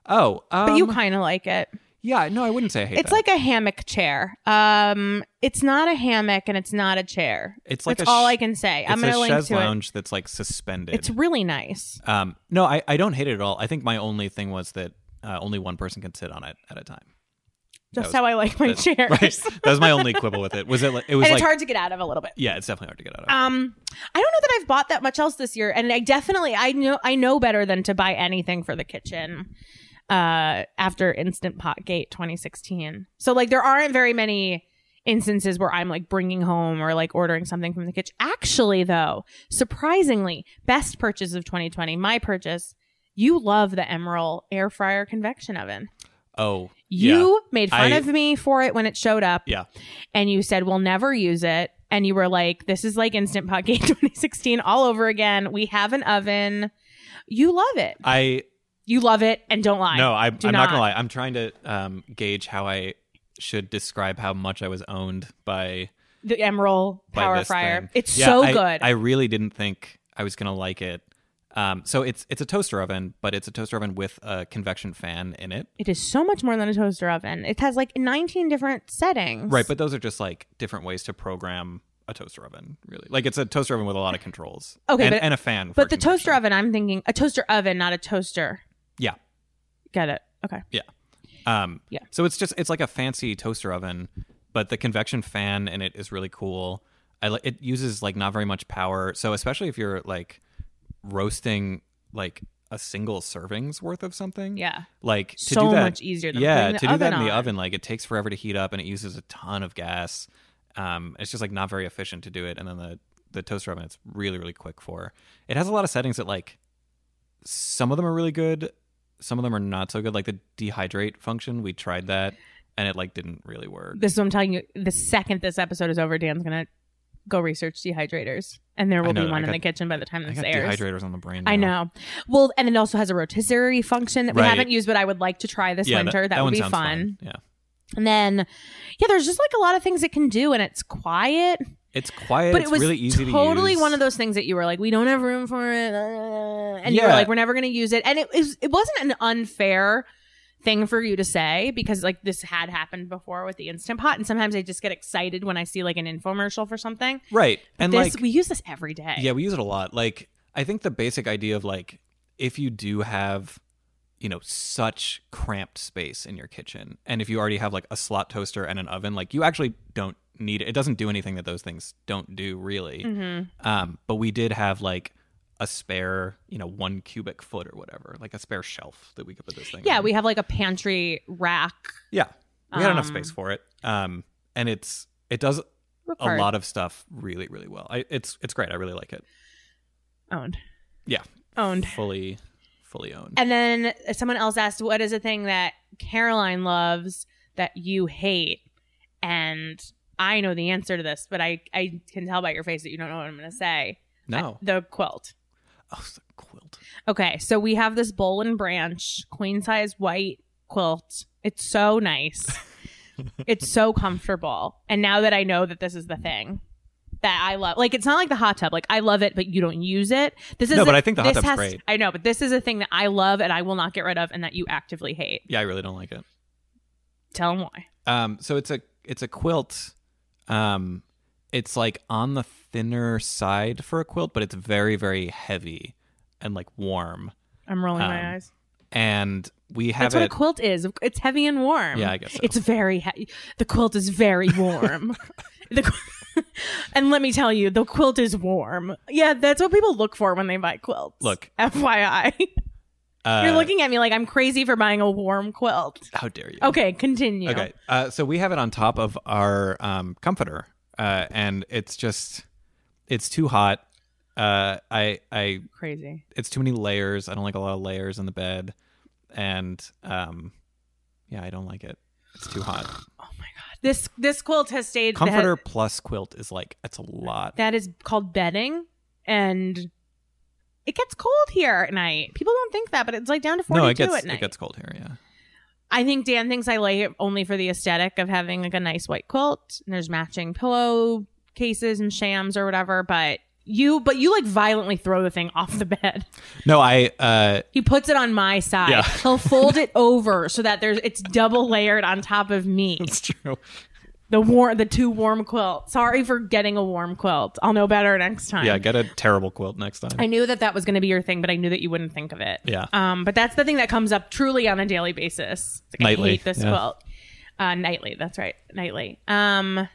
Speaker 2: oh, um,
Speaker 1: but you kind of like it.
Speaker 2: yeah. No, I wouldn't say I hate.
Speaker 1: It's
Speaker 2: that.
Speaker 1: like a hammock chair. Um, it's not a hammock and it's not a chair.
Speaker 2: It's like
Speaker 1: That's
Speaker 2: a
Speaker 1: all
Speaker 2: sh-
Speaker 1: I can say. I'm
Speaker 2: it's
Speaker 1: going to
Speaker 2: a
Speaker 1: link
Speaker 2: chaise
Speaker 1: to
Speaker 2: lounge that's like suspended.
Speaker 1: it. It's really nice.
Speaker 2: um, no, I, I don't hate it at all. I think my only thing was that uh, only one person can sit on it at a time.
Speaker 1: Just
Speaker 2: was-
Speaker 1: how I like my
Speaker 2: That-
Speaker 1: chairs.
Speaker 2: Right. That was my only quibble with it. Was it? Like, it was
Speaker 1: and
Speaker 2: like
Speaker 1: it's hard to get out of a little bit.
Speaker 2: yeah, it's definitely hard to get out of.
Speaker 1: Um, I don't know that I've bought that much else this year, and I definitely I know I know better than to buy anything for the kitchen. Uh, after Instant Pot Gate 2016, so like there aren't very many instances where I'm like bringing home or like ordering something from the kitchen. Actually, though, surprisingly, best purchase of 2020, my purchase. You love the Emerald air fryer convection oven.
Speaker 2: oh,
Speaker 1: You
Speaker 2: yeah.
Speaker 1: made fun
Speaker 2: I-
Speaker 1: of me for it when it showed up.
Speaker 2: Yeah.
Speaker 1: And you said, we'll never use it. And you were like, this is like Instant Pot Game 2016 all over again. We have an oven. You love it.
Speaker 2: I
Speaker 1: You love it and don't lie.
Speaker 2: no, I, I'm
Speaker 1: Do
Speaker 2: not. gonna lie. I'm trying to um, gauge how I should describe how much I was owned by
Speaker 1: The Emerald
Speaker 2: by
Speaker 1: Power
Speaker 2: this
Speaker 1: Fryer.
Speaker 2: thing.
Speaker 1: It's
Speaker 2: Yeah,
Speaker 1: so
Speaker 2: I-
Speaker 1: good.
Speaker 2: I really didn't think I was gonna like it. Um, so it's it's a toaster oven, but it's a toaster oven with a convection fan in it.
Speaker 1: it is so much more than a toaster oven. It has like 19 different settings.
Speaker 2: Right, but those are just like different ways to program a toaster oven, really. Like it's a toaster oven with a lot of controls.
Speaker 1: Okay,
Speaker 2: and,
Speaker 1: but-
Speaker 2: and a fan. for
Speaker 1: But the
Speaker 2: convection.
Speaker 1: toaster oven, I'm thinking a toaster oven, not a toaster.
Speaker 2: Yeah.
Speaker 1: Get it. Okay.
Speaker 2: Um,
Speaker 1: Yeah.
Speaker 2: So it's just it's like a fancy toaster oven, but the convection fan in it is really cool. I li- it uses like not very much power, so especially if you're like roasting like a single servings worth of something.
Speaker 1: Yeah.
Speaker 2: Like to
Speaker 1: So
Speaker 2: do that,
Speaker 1: much easier than
Speaker 2: yeah
Speaker 1: putting the
Speaker 2: to do that
Speaker 1: oven
Speaker 2: in the
Speaker 1: on.
Speaker 2: oven. Like it takes forever to heat up, and it uses a ton of gas. Um, it's just like not very efficient to do it. And then the the toaster oven, it's really really quick for. It has a lot of settings that like some of them are really good, some of them are not so good. Like the dehydrate function, we tried that, and it like didn't really work.
Speaker 1: This is what I'm telling you. The second this episode is over, Dan's gonna go research dehydrators, and there
Speaker 2: I
Speaker 1: will
Speaker 2: know,
Speaker 1: be one
Speaker 2: I
Speaker 1: in the
Speaker 2: got-
Speaker 1: kitchen by the time
Speaker 2: I
Speaker 1: this
Speaker 2: got
Speaker 1: airs.
Speaker 2: dehydrators on the brain.
Speaker 1: I
Speaker 2: now.
Speaker 1: know. Well, and it also has a rotisserie function that we
Speaker 2: Right.
Speaker 1: haven't used, but I would like to try this
Speaker 2: Yeah,
Speaker 1: winter. That,
Speaker 2: one
Speaker 1: would be fun.
Speaker 2: sounds fun. Yeah,
Speaker 1: And then, yeah, there's just like a lot of things it can do, and it's quiet.
Speaker 2: it's quiet.
Speaker 1: but
Speaker 2: it's
Speaker 1: it was
Speaker 2: really easy
Speaker 1: totally
Speaker 2: to use.
Speaker 1: one of those things that you were like, we don't have room for it, uh, and you were
Speaker 2: Yeah.
Speaker 1: like, we're never going to use it. And it is it wasn't an unfair thing for you to say because like this had happened before with the instant pot, and sometimes I just get excited when I see like an infomercial for something.
Speaker 2: right. And
Speaker 1: this
Speaker 2: like
Speaker 1: we use this every day.
Speaker 2: Yeah, we use it a lot. Like I think the basic idea of like if you do have you know such cramped space in your kitchen and if you already have like a slot toaster and an oven like you actually don't need it. It doesn't do anything that those things don't do really.
Speaker 1: Mm. Mm-hmm.
Speaker 2: Um but we did have like a spare, you know, 1 cubic foot or whatever, like a spare shelf that we could put this thing
Speaker 1: yeah,
Speaker 2: on.
Speaker 1: we have like a pantry rack.
Speaker 2: Yeah. We had enough
Speaker 1: Um,
Speaker 2: space for it. Um and it's it does a
Speaker 1: Required.
Speaker 2: lot of stuff really really well. I it's it's great. I really like it.
Speaker 1: Owned,
Speaker 2: Yeah.
Speaker 1: owned.
Speaker 2: fully fully owned
Speaker 1: And then someone else asked, "What is a thing that Caroline loves that you hate?" And I know the answer to this, but I I can tell by your face that you don't know what I'm going to say.
Speaker 2: no
Speaker 1: The quilt.
Speaker 2: oh it's a quilt
Speaker 1: Okay, so we have this bowl and branch queen size white quilt. It's so nice. it's so comfortable. And now that I know that this is the thing that I love, like it's not like the hot tub. Like I love it, but you don't use it. This is
Speaker 2: No,
Speaker 1: a-
Speaker 2: but I think the hot
Speaker 1: this
Speaker 2: tub's
Speaker 1: has-
Speaker 2: great.
Speaker 1: I know, but this is a thing that I love and I will not get rid of, and that you actively hate.
Speaker 2: yeah i really don't like it
Speaker 1: Tell them why.
Speaker 2: um so it's a it's a quilt um it's like on the thinner side for a quilt but it's very very heavy and like warm
Speaker 1: I'm rolling
Speaker 2: Um,
Speaker 1: my eyes.
Speaker 2: and we have
Speaker 1: That's what
Speaker 2: it
Speaker 1: a quilt is. It's heavy and warm.
Speaker 2: Yeah, I guess so.
Speaker 1: it's very. He- the quilt is very warm. the qu- and let me tell you, the quilt is warm. Yeah, that's what people look for when they buy quilts.
Speaker 2: Look.
Speaker 1: FYI.
Speaker 2: Uh,
Speaker 1: You're looking at me like I'm crazy for buying a warm quilt.
Speaker 2: How dare you?
Speaker 1: Okay, continue.
Speaker 2: Okay. Uh, so we have it on top of our um, comforter, uh, and it's just it's too hot. Uh, I I
Speaker 1: Crazy.
Speaker 2: it's too many layers. I don't like a lot of layers in the bed, and um, yeah, I don't like it. It's too hot.
Speaker 1: This this quilt has stayed
Speaker 2: Comforter plus quilt is like it's a lot.
Speaker 1: that is called bedding and it gets cold here at night. People don't think that, but it's like down to 42
Speaker 2: no, it gets
Speaker 1: at night.
Speaker 2: it gets cold here. Yeah.
Speaker 1: I think Dan thinks I like it only for the aesthetic of having like a nice white quilt and there's matching pillow cases and shams or whatever, but you but you like violently throw the thing off the bed.
Speaker 2: No, I uh,
Speaker 1: He puts it on my side.
Speaker 2: Yeah.
Speaker 1: He'll fold it over so that there's it's double layered on top of me.
Speaker 2: it's true.
Speaker 1: The warm the two warm quilts. Sorry for getting a warm quilt. I'll know better next time.
Speaker 2: Yeah, get a terrible quilt next time.
Speaker 1: I knew that that was going to be your thing, but I knew that you wouldn't think of it.
Speaker 2: Yeah.
Speaker 1: Um, but that's the thing that comes up truly on a daily basis. It's like,
Speaker 2: Nightly,
Speaker 1: I hate this
Speaker 2: yeah.
Speaker 1: quilt. Uh, nightly. That's right. Nightly. Um,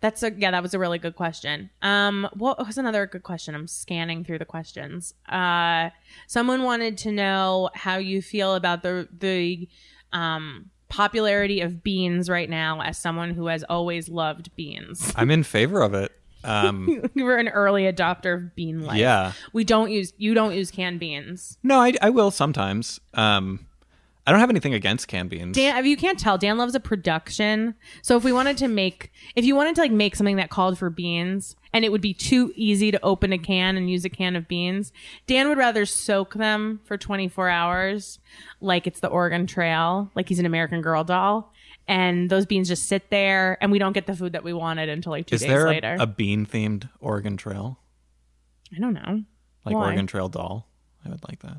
Speaker 1: that's a yeah. That was a really good question. Um, what was another good question? I'm scanning through the questions. Uh, someone wanted to know how you feel about the the um popularity of beans right now as someone who has always loved beans.
Speaker 2: I'm in favor of it. Um,
Speaker 1: you were an early adopter of bean life.
Speaker 2: yeah.
Speaker 1: We don't use you don't use canned beans.
Speaker 2: No, I, I will sometimes. Um, I don't have anything against canned beans.
Speaker 1: Dan, if you can't tell, Dan loves a production. So if we wanted to make, if you wanted to like make something that called for beans, and it would be too easy to open a can and use a can of beans, Dan would rather soak them for 24 hours, like it's the Oregon Trail, like he's an American Girl doll, and those beans just sit there, and we don't get the food that we wanted until like two
Speaker 2: Is
Speaker 1: days
Speaker 2: there a-
Speaker 1: later.
Speaker 2: a bean themed Oregon Trail?
Speaker 1: I don't know.
Speaker 2: Like
Speaker 1: Why?
Speaker 2: Oregon Trail doll? I would like that.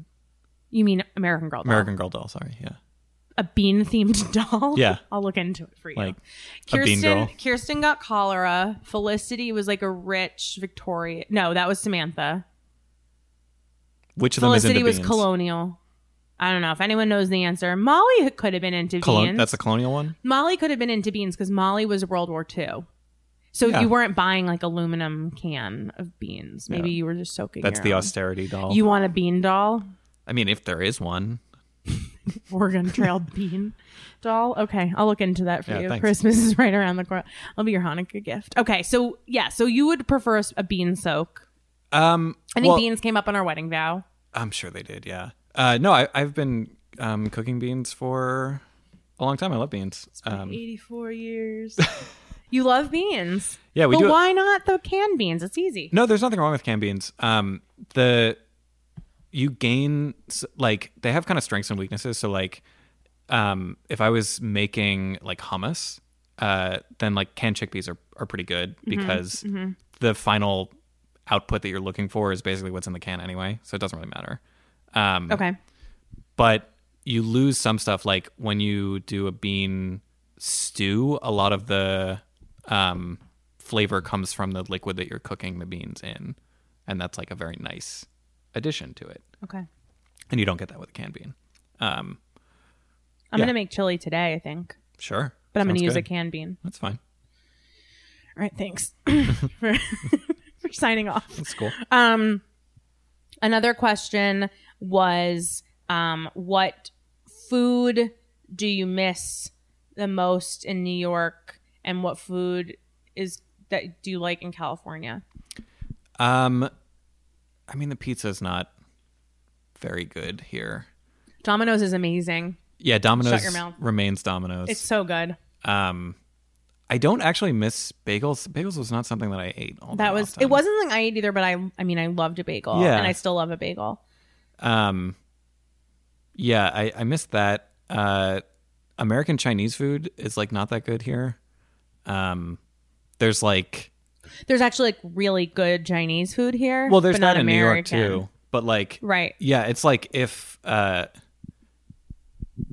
Speaker 1: You mean American Girl doll?
Speaker 2: American Girl doll, sorry. Yeah.
Speaker 1: a bean themed doll.
Speaker 2: Yeah.
Speaker 1: I'll look into it for you.
Speaker 2: Like, a bean
Speaker 1: Kirsten
Speaker 2: girl.
Speaker 1: Kirsten got cholera. Felicity was like a rich Victorian. No, that was Samantha.
Speaker 2: Which of them is
Speaker 1: Felicity
Speaker 2: into
Speaker 1: was
Speaker 2: beans?
Speaker 1: colonial. I don't know if anyone knows the answer. Molly could have been into
Speaker 2: Colon-
Speaker 1: beans.
Speaker 2: That's a colonial one?
Speaker 1: Molly could have been into beans because Molly was World War II. So
Speaker 2: Yeah.
Speaker 1: you weren't buying like aluminum can of beans. Maybe you were just soaking.
Speaker 2: That's
Speaker 1: your
Speaker 2: the
Speaker 1: own.
Speaker 2: austerity doll.
Speaker 1: You want a bean doll?
Speaker 2: I mean, if there is one.
Speaker 1: Oregon Trail bean doll. Okay, I'll look into that for
Speaker 2: Yeah,
Speaker 1: you.
Speaker 2: thanks.
Speaker 1: Christmas is right around the corner. I'll be your Hanukkah gift. Okay, so yeah, so you would prefer a, s- a bean soak.
Speaker 2: Um,
Speaker 1: I think
Speaker 2: well,
Speaker 1: beans came up on our wedding vow.
Speaker 2: I'm sure they did, yeah. Uh, no, I, I've been um, cooking beans for a long time. I love beans. Um,
Speaker 1: 84 years. you love beans.
Speaker 2: Yeah, we
Speaker 1: but
Speaker 2: do-
Speaker 1: why not the canned beans? It's easy.
Speaker 2: No, there's nothing wrong with canned beans. Um, the you gain s- like they have kind of strengths and weaknesses. So like, um, if I was making like hummus, uh, then like canned chickpeas are are pretty good because the final output that you're looking for is basically what's in the can anyway, so it doesn't really matter. Um,
Speaker 1: Okay.
Speaker 2: but you lose some stuff like when you do a bean stew a lot of the um, flavor comes from the liquid that you're cooking the beans in and that's like a very nice addition to it
Speaker 1: Okay.
Speaker 2: and you don't get that with a canned bean um,
Speaker 1: I'm going
Speaker 2: Yeah.
Speaker 1: to make chili today, I think.
Speaker 2: sure
Speaker 1: But I'm going
Speaker 2: Sounds
Speaker 1: to use a
Speaker 2: good.
Speaker 1: canned bean.
Speaker 2: that's fine
Speaker 1: All right, thanks for, for signing off.
Speaker 2: that's cool
Speaker 1: Uh, another question was um, what food do you miss the most in new york and what food is that do you like in california
Speaker 2: um, i mean the pizza's not very good here
Speaker 1: domino's is amazing
Speaker 2: yeah domino's
Speaker 1: your mouth.
Speaker 2: remains domino's
Speaker 1: it's so good
Speaker 2: um, i don't actually miss bagels bagels was not something that i ate all
Speaker 1: that
Speaker 2: that
Speaker 1: was it wasn't something i ate either but i i mean i loved a bagel
Speaker 2: Yeah.
Speaker 1: and i still love a bagel
Speaker 2: Um, yeah, I, I missed that. Uh, American Chinese food is like not that good here. Um, there's like,
Speaker 1: there's actually like really good chinese food here
Speaker 2: well, there's
Speaker 1: but not
Speaker 2: that in
Speaker 1: American.
Speaker 2: New York too, but like,
Speaker 1: right
Speaker 2: yeah, it's like if, uh,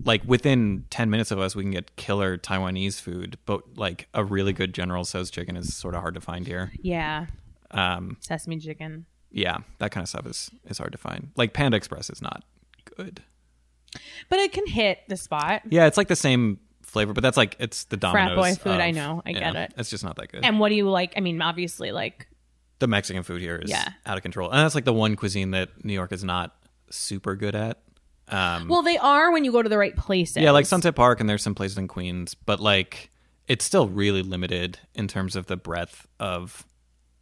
Speaker 2: like within 10 minutes of us, we can get killer Taiwanese food, but like a really good General So's chicken is sort of hard to find here.
Speaker 1: yeah
Speaker 2: Um,
Speaker 1: sesame chicken
Speaker 2: yeah, that kind of stuff is, is hard to find. Like Panda Express is not good.
Speaker 1: but it can hit the spot
Speaker 2: Yeah, it's like the same flavor, but that's like it's the Domino's
Speaker 1: boy food,
Speaker 2: of-
Speaker 1: I know. I
Speaker 2: you
Speaker 1: get it.
Speaker 2: It's just not that good.
Speaker 1: And what do you like? I mean, obviously, like
Speaker 2: the Mexican food here is
Speaker 1: Yeah.
Speaker 2: out of control, and that's like the one cuisine that New York is not super good at. Um,
Speaker 1: well, they are when you go to the right places.
Speaker 2: yeah, like Sunset Park, and there's some places in Queens, but like it's still really limited in terms of the breadth of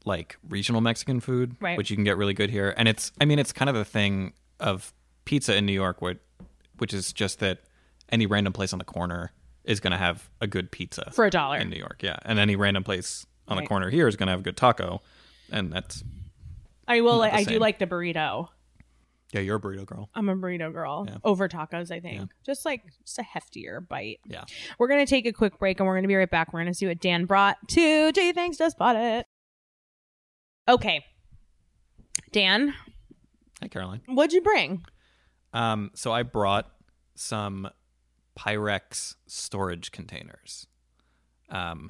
Speaker 2: like regional Mexican food,
Speaker 1: Right.
Speaker 2: which you can get really good here. And it's, I mean, it's kind of a thing of pizza in New York, what, which is just that any random place on the corner is going to have a good pizza
Speaker 1: For a dollar.
Speaker 2: in New York, yeah, and any random place on the
Speaker 1: Right.
Speaker 2: corner here is going to have a good taco, and that's
Speaker 1: I will. Like,
Speaker 2: the
Speaker 1: I do
Speaker 2: same.
Speaker 1: like the burrito.
Speaker 2: yeah, you're a burrito girl.
Speaker 1: I'm a burrito girl
Speaker 2: Yeah.
Speaker 1: over tacos. I think just like just a heftier bite.
Speaker 2: Yeah.
Speaker 1: We're gonna take a quick break and we're gonna be right back. We're gonna see what Dan brought to J Thanks Just Bought It. Okay, Dan,
Speaker 2: Hi, Caroline.
Speaker 1: what'd you bring?
Speaker 2: Um, so I brought some Pyrex storage containers, um,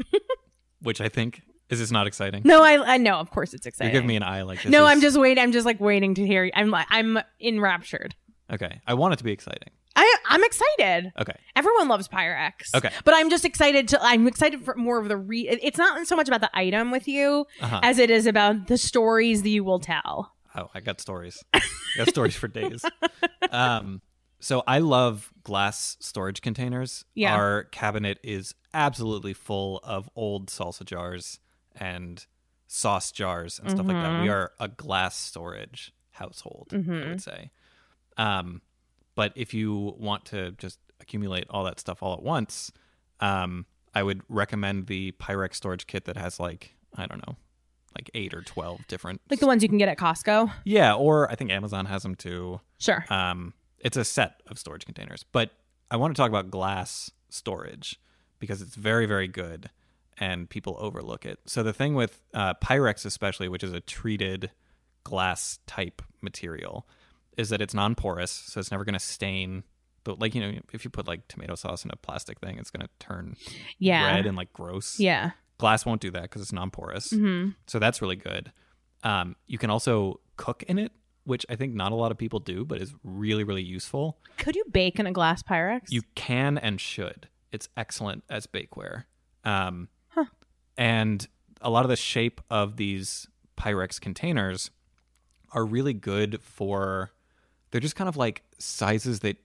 Speaker 2: which I think is this not exciting.
Speaker 1: No, I, I no. Of course, it's
Speaker 2: you
Speaker 1: exciting.
Speaker 2: give me an eye like this.
Speaker 1: no,
Speaker 2: is-
Speaker 1: I'm just waiting. I'm just like waiting to hear. You. I'm like I'm enraptured.
Speaker 2: okay. I want it to be exciting.
Speaker 1: I I'm excited.
Speaker 2: Okay,
Speaker 1: Everyone loves Pyrex.
Speaker 2: Okay.
Speaker 1: But I'm just excited to I'm excited for more of the re it- it's not so much about the item with you
Speaker 2: Uh-huh.
Speaker 1: as it is about the stories that you will tell.
Speaker 2: oh, I got stories. I got stories for days. Um, so I love glass storage containers.
Speaker 1: Yeah.
Speaker 2: Our cabinet is absolutely full of old salsa jars and sauce jars and stuff like that. We are a glass storage household, I would say. Um, but if you want to just accumulate all that stuff all at once, um, I would recommend the Pyrex storage kit that has like, I don't know, like eight or 12 different.
Speaker 1: Like the ones you can get at Costco.
Speaker 2: yeah, or I think Amazon has them too.
Speaker 1: Sure.
Speaker 2: Um, it's a set of storage containers, but I want to talk about glass storage because it's very, very good and people overlook it. So, the thing with uh, Pyrex, especially, which is a treated glass type material, is that it's non porous. So, it's never going to stain. The, like, you know, if you put like tomato sauce in a plastic thing, it's going to turn
Speaker 1: yeah.
Speaker 2: red and like gross.
Speaker 1: yeah.
Speaker 2: Glass won't do that because it's non porous.
Speaker 1: Mhm.
Speaker 2: So that's really good. Um, you can also cook in it, which I think not a lot of people do, but is really, really useful.
Speaker 1: Could you bake in a glass Pyrex?
Speaker 2: You can and should. It's excellent as bakeware. Um, And a lot of the shape of these Pyrex containers are really good for, they're just kind of like sizes that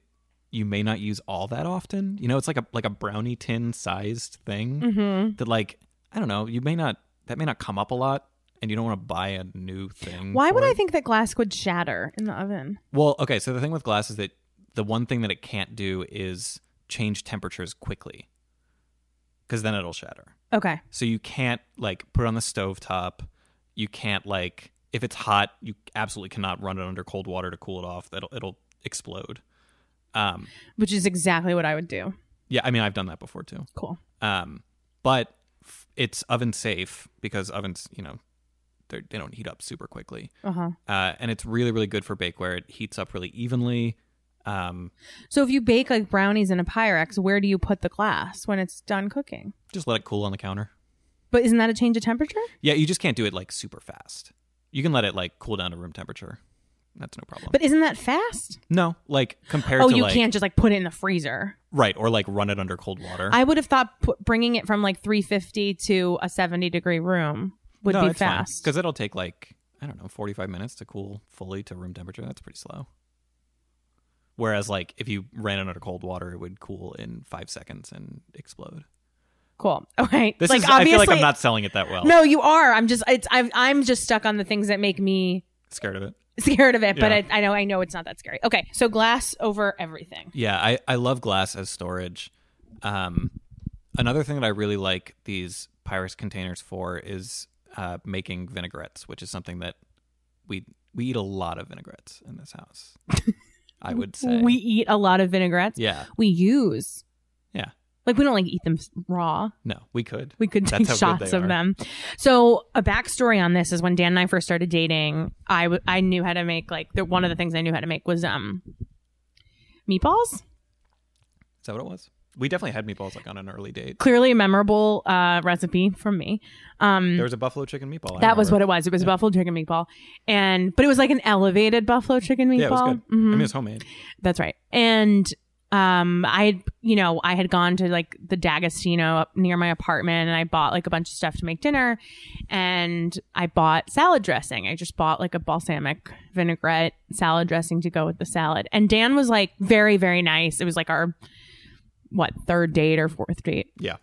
Speaker 2: you may not use all that often. You know, it's like a like a brownie tin sized thing
Speaker 1: Mhm.
Speaker 2: that like I don't know, you may not that may not come up a lot and you don't want to buy a new thing.
Speaker 1: Why
Speaker 2: for
Speaker 1: would I
Speaker 2: it.
Speaker 1: think that glass would shatter in the oven?
Speaker 2: Well, okay, so the thing with glass is that the one thing that it can't do is change temperatures quickly. Cuz then it'll shatter.
Speaker 1: Okay.
Speaker 2: So you can't like put it on the stove top. You can't like if it's hot, you absolutely cannot run it under cold water to cool it off. That'll it'll explode. Um
Speaker 1: Which is exactly what I would do.
Speaker 2: yeah, I mean I've done that before too.
Speaker 1: Cool.
Speaker 2: Um, but f- it's oven safe because ovens, you know, they're- they don't heat up super quickly.
Speaker 1: Uh-huh.
Speaker 2: Uh, and it's really, really good for bakeware. It heats up really evenly. Um,
Speaker 1: So if you bake like brownies in a Pyrex, where do you put the glass when it's done cooking?
Speaker 2: just let it cool on the counter.
Speaker 1: But isn't that a change of temperature?
Speaker 2: Yeah, you just can't do it like super fast. You can let it like cool down to room temperature. That's no problem.
Speaker 1: But isn't that fast?
Speaker 2: no, like compared
Speaker 1: Oh,
Speaker 2: to
Speaker 1: you
Speaker 2: like
Speaker 1: can't just like put it in the freezer.
Speaker 2: right or like run it under cold water.
Speaker 1: I would have thought put, bringing it from like 350 to a 70 degree room would be fast.
Speaker 2: because it'll take like I don't know forty five minutes to cool fully to room temperature. That's pretty slow. Whereas like if you ran it under cold water, it would cool in five seconds and explode.
Speaker 1: cool. All right.
Speaker 2: This
Speaker 1: like
Speaker 2: is
Speaker 1: obviously,
Speaker 2: I feel like I'm not selling it that well.
Speaker 1: No, you are. I'm just. It's. I'm. I'm just stuck on the things that make me
Speaker 2: scared of it.
Speaker 1: scared of it. But
Speaker 2: Yeah.
Speaker 1: I, I know. I know it's not that scary. Okay. So glass over everything.
Speaker 2: Yeah, I, I love glass as storage. Um, another thing that I really like these Pyrex containers for is uh, making vinaigrettes, which is something that we we eat a lot of vinaigrettes in this house. I would say
Speaker 1: We eat a lot of vinaigrettes.
Speaker 2: yeah
Speaker 1: We use.
Speaker 2: Yeah.
Speaker 1: Like we don't like eat them s- raw.
Speaker 2: no we could
Speaker 1: We could
Speaker 2: That's
Speaker 1: take
Speaker 2: how good
Speaker 1: shots
Speaker 2: they
Speaker 1: of
Speaker 2: are.
Speaker 1: them. So a backstory on this is when Dan and I first started dating, I w- I knew how to make like the, one of the things I knew how to make was um meatballs.
Speaker 2: Is that what it was? We definitely had meatballs like on an early date.
Speaker 1: Clearly a memorable uh, recipe from me. Um,
Speaker 2: There was a buffalo chicken meatball. I
Speaker 1: that was what
Speaker 2: remember.
Speaker 1: it was. It was a buffalo chicken meatball, and but it was like an elevated buffalo chicken meatball.
Speaker 2: Yeah, it was good. I
Speaker 1: Mhm.
Speaker 2: mean, it's homemade.
Speaker 1: That's right. And uh, um i had you know i had gone to like the d'agostino up near my apartment and i bought like a bunch of stuff to make dinner and i bought salad dressing i just bought like a balsamic vinaigrette salad dressing to go with the salad and dan was like very very nice it was like our what third date or fourth date
Speaker 2: Yeah.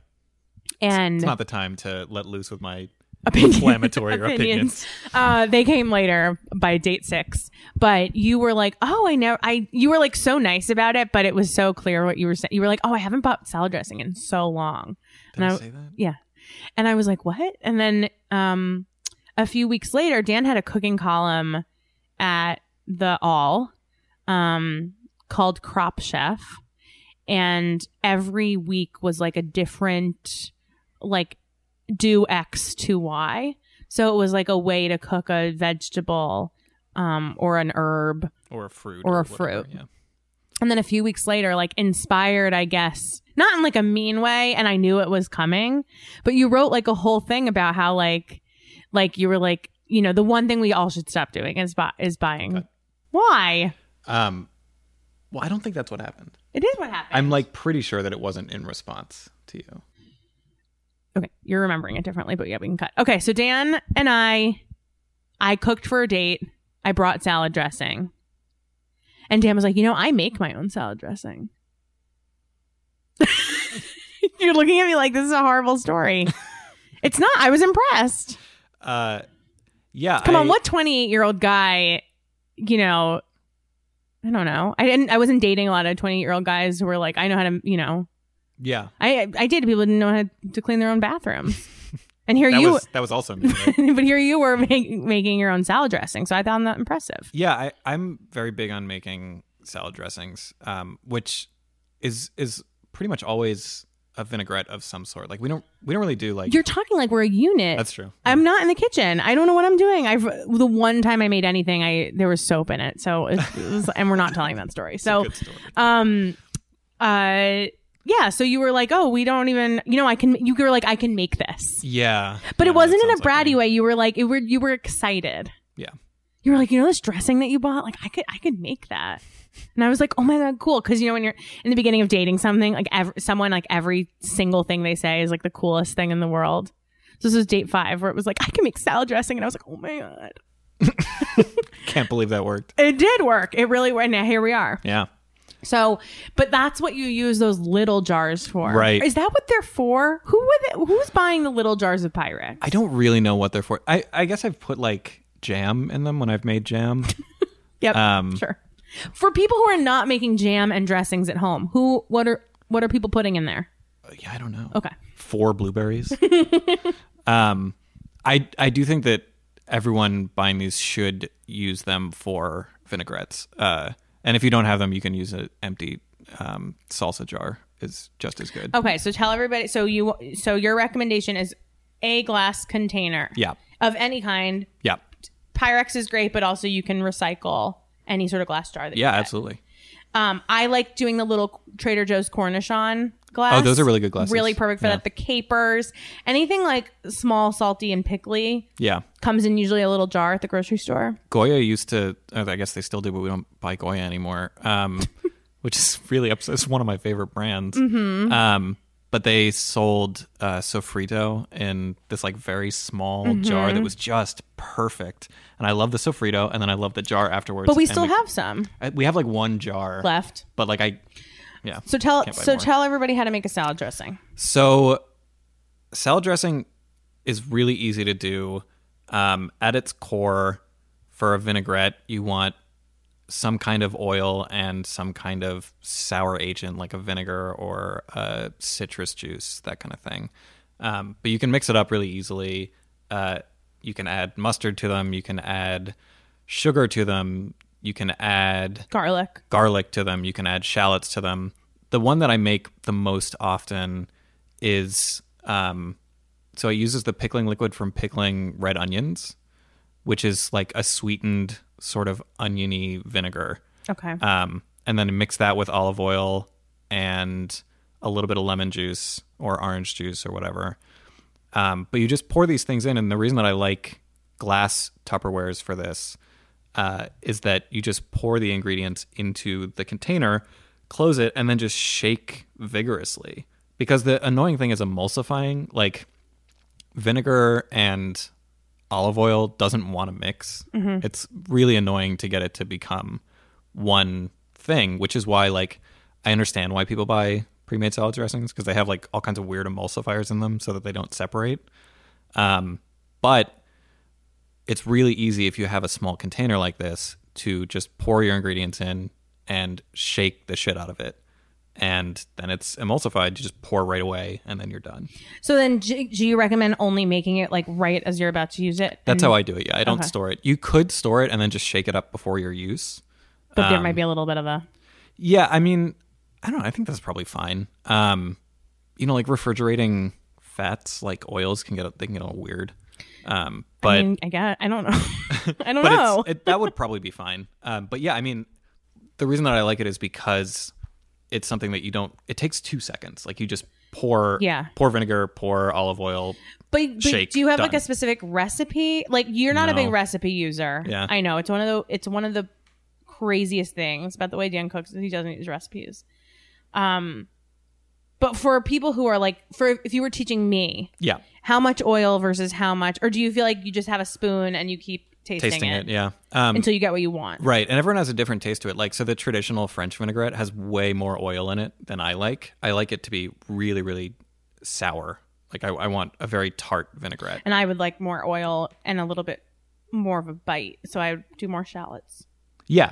Speaker 1: and
Speaker 2: It's not the time to let loose with my
Speaker 1: Opinion-
Speaker 2: inflammatory opinions.
Speaker 1: Uh, they came later by date six, but you were like, "Oh, I know." I you were like so nice about it, but it was so clear what you were saying. You were like, "Oh, I haven't bought salad dressing in so long,"
Speaker 2: Did
Speaker 1: And
Speaker 2: I
Speaker 1: I-
Speaker 2: say that?
Speaker 1: yeah, and I was like, "What?" And then um, a few weeks later, Dan had a cooking column at the All um, called Crop Chef, and every week was like a different like do X to Y. So it was like a way to cook a vegetable um, or an herb.
Speaker 2: Or a fruit.
Speaker 1: Or a
Speaker 2: whatever,
Speaker 1: fruit.
Speaker 2: Yeah.
Speaker 1: And then a few weeks later, like inspired, I guess, not in like a mean way, and I knew it was coming, but you wrote like a whole thing about how like, like you were like, you know, the one thing we all should stop doing is buy is buying. Why?
Speaker 2: Um, well, I don't think that's what happened.
Speaker 1: It is what happened.
Speaker 2: I'm like pretty sure that it wasn't in response to you.
Speaker 1: okay you're remembering it differently but yeah we can cut okay so dan and i i cooked for a date i brought salad dressing and dan was like you know i make my own salad dressing you're looking at me like this is a horrible story it's not i was impressed
Speaker 2: Uh, yeah.
Speaker 1: come on
Speaker 2: I-
Speaker 1: what 28 year old guy you know i don't know i didn't i wasn't dating a lot of 28 year old guys who were like i know how to you know
Speaker 2: Yeah.
Speaker 1: i i dated people who didn't know how to clean their own bathrooms and here
Speaker 2: That
Speaker 1: you
Speaker 2: was that was also me. right?
Speaker 1: but here you were make, making your own salad dressing, so I found that impressive.
Speaker 2: yeah, I, I'm very big on making salad dressings, um, which is is pretty much always a vinaigrette of some sort. Like we don't we don't really do like
Speaker 1: You're talking like we're a unit.
Speaker 2: that's true.
Speaker 1: I'm not in the kitchen. I don't know what I'm doing. I've the one time I made anything, I there was soap in it. So it was, and we're not telling that story. So,
Speaker 2: Good story.
Speaker 1: um, uh, yeah. So you were like, oh, we don't even, you know, I can. You were like, I can make this,
Speaker 2: Yeah,
Speaker 1: but
Speaker 2: Yeah,
Speaker 1: it wasn't
Speaker 2: that
Speaker 1: in a
Speaker 2: sounds like
Speaker 1: bratty
Speaker 2: me.
Speaker 1: way. You were like, it were you were excited.
Speaker 2: Yeah.
Speaker 1: you were like, you know, this dressing that you bought, like I could, I could make that. And I was like, oh my god, cool. Because you know, when you're in the beginning of dating something, like ev- someone, like every single thing they say is like the coolest thing in the world. So this was date five, where it was like, I can make salad dressing, and I was like, oh my god,
Speaker 2: Can't believe that worked.
Speaker 1: it did work. It really worked. Now here we are.
Speaker 2: Yeah.
Speaker 1: So, but that's what you use those little jars for,
Speaker 2: Right.
Speaker 1: Is that what they're for? Who would who's buying the little jars of Pyrex?
Speaker 2: I don't really know what they're for. I, I guess I've put like jam in them when I've made jam.
Speaker 1: Yep.
Speaker 2: Um,
Speaker 1: sure. For people who are not making jam and dressings at home, who what are what are people putting in there?
Speaker 2: yeah, I don't know.
Speaker 1: Okay.
Speaker 2: Four blueberries. um, I I do think that everyone buying these should use them for vinaigrettes. Uh, and if you don't have them, you can use an empty um, salsa jar. is just as good.
Speaker 1: Okay, so tell everybody so you so your recommendation is a glass container.
Speaker 2: Yeah.
Speaker 1: Of any kind.
Speaker 2: Yeah.
Speaker 1: Pyrex is great, but also you can recycle any sort of glass jar that you
Speaker 2: Yeah,
Speaker 1: get.
Speaker 2: absolutely.
Speaker 1: Um, I like doing the little Trader Joe's cornichon glass.
Speaker 2: Oh, those are really good glasses.
Speaker 1: Really perfect for
Speaker 2: Yeah.
Speaker 1: that. The capers, anything like small, salty, and pickly
Speaker 2: Yeah.
Speaker 1: comes in usually a little jar at the grocery store.
Speaker 2: Goya used to, or I guess they still do, but we don't buy Goya anymore. Um, which is really ups- It's one of my favorite brands.
Speaker 1: Mm-hmm.
Speaker 2: Um, but they sold uh, sofrito in this like very small
Speaker 1: Mm-hmm.
Speaker 2: jar that was just perfect, and I love the sofrito, and then I love the jar afterwards.
Speaker 1: But we
Speaker 2: and
Speaker 1: still have some
Speaker 2: I- we have like one jar
Speaker 1: left.
Speaker 2: but like I, yeah.
Speaker 1: So tell
Speaker 2: Can't buy
Speaker 1: so
Speaker 2: more.
Speaker 1: tell everybody how to make a salad dressing.
Speaker 2: So, salad dressing is really easy to do. Um, at its core, for a vinaigrette, you want some kind of oil and some kind of sour agent, like a vinegar or a citrus juice, that kind of thing. Um, but you can mix it up really easily. Uh, you can add mustard to them. You can add sugar to them. You can add
Speaker 1: Garlic.
Speaker 2: garlic to them. You can add shallots to them. The one that I make the most often is um, so it uses the pickling liquid from pickling red onions, which is like a sweetened sort of oniony vinegar.
Speaker 1: Okay.
Speaker 2: Um, and then mix that with olive oil and a little bit of lemon juice or orange juice or whatever. Um, but you just pour these things in. And the reason that I like glass Tupperwares for this uh, is that you just pour the ingredients into the container, close it, and then just shake vigorously. Because the annoying thing is emulsifying. Like vinegar and olive oil doesn't want to mix. It's really annoying to get it to become one thing, which is why like I understand why people buy pre-made salad dressings because they have like all kinds of weird emulsifiers in them so that they don't separate. Um, but it's really easy if you have a small container like this to just pour your ingredients in and shake the shit out of it. And then it's emulsified. You just pour right away and then you're done.
Speaker 1: So then, do, do you recommend only making it like right as you're about to use it?
Speaker 2: That's how I do it. Yeah, I don't store it. You could store it and then just shake it up before your use.
Speaker 1: But there
Speaker 2: um,
Speaker 1: might be a little bit of a.
Speaker 2: Yeah, I mean, I don't know. I think that's probably fine. Um, you know, like refrigerating fats, like oils can get they can get all weird. Um, but
Speaker 1: I mean, I guess I don't know. I don't
Speaker 2: but
Speaker 1: know.
Speaker 2: it's, it, that would probably be fine. Um, but yeah, I mean, the reason that I like it is because it's something that you don't. It takes two seconds. Like you just pour,
Speaker 1: Yeah.
Speaker 2: pour vinegar, pour olive oil.
Speaker 1: But, but
Speaker 2: Shake,
Speaker 1: do you have like
Speaker 2: done.
Speaker 1: a specific recipe? Like you're not a big
Speaker 2: No.
Speaker 1: recipe user.
Speaker 2: Yeah.
Speaker 1: I know. It's one of the it's one of the craziest things about the way Dan cooks is he doesn't use recipes. Um but for people who are like for if you were teaching me,
Speaker 2: Yeah,
Speaker 1: how much oil versus how much or do you feel like you just have a spoon and you keep tasting,
Speaker 2: tasting
Speaker 1: it,
Speaker 2: it. Yeah. Um,
Speaker 1: until you get what you want?
Speaker 2: Right, and everyone has a different taste to it. Like, so the traditional French vinaigrette has way more oil in it than I like. I like it to be really, really sour. Like, I, I want a very tart vinaigrette.
Speaker 1: And I would like more oil and a little bit more of a bite. So I would do more shallots.
Speaker 2: Yeah.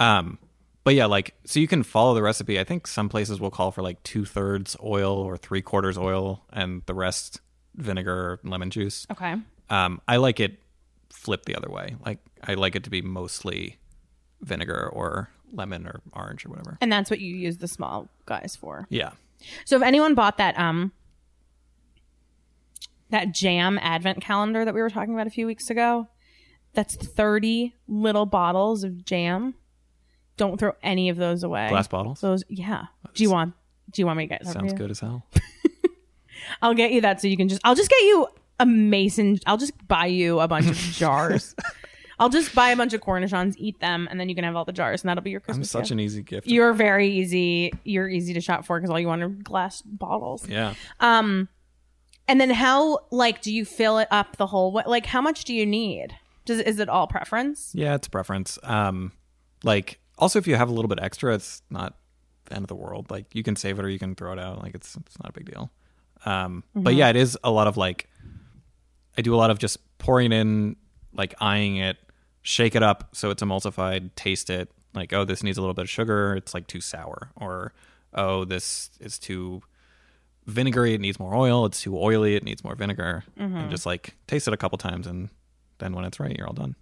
Speaker 2: Um, but yeah, like, so you can follow the recipe. I think some places will call for like two thirds oil or three quarters oil and the rest vinegar, lemon juice.
Speaker 1: Okay.
Speaker 2: Um, I like it flipped the other way. Like, I like it to be mostly vinegar or lemon or orange or whatever.
Speaker 1: And that's what you use the small guys for.
Speaker 2: Yeah.
Speaker 1: So if anyone bought that um that jam advent calendar that we were talking about a few weeks ago, that's 30 little bottles of jam. Don't throw any of those away.
Speaker 2: Glass bottles.
Speaker 1: Those yeah. Do you want do you want me to get that for
Speaker 2: Sounds
Speaker 1: you?
Speaker 2: good as hell.
Speaker 1: I'll get you that so you can just I'll just get you a mason I'll just buy you a bunch of jars. I'll just buy a bunch of cornichons, eat them, and then you can have all the jars, and that'll be your
Speaker 2: I'm
Speaker 1: Christmas.
Speaker 2: such
Speaker 1: gift.
Speaker 2: an easy gift.
Speaker 1: you're very easy. You're easy to shop for because all you want are glass bottles.
Speaker 2: yeah.
Speaker 1: And then how like do you fill it up the whole way? Like how much do you need? Does is it all preference?
Speaker 2: Yeah, it's a preference. Um like also if you have a little bit extra, it's not the end of the world. Like you can save it or you can throw it out. Like it's it's not a big deal. Um but yeah, it is a lot of like I do a lot of just pouring in, like eyeing it, shake it up so it's emulsified, taste it. Like, oh, this needs a little bit of sugar, it's like too sour. Or oh, this is too vinegary, it needs more oil, it's too oily, it needs more vinegar. And just like taste it a couple times and then when it's right, you're all done.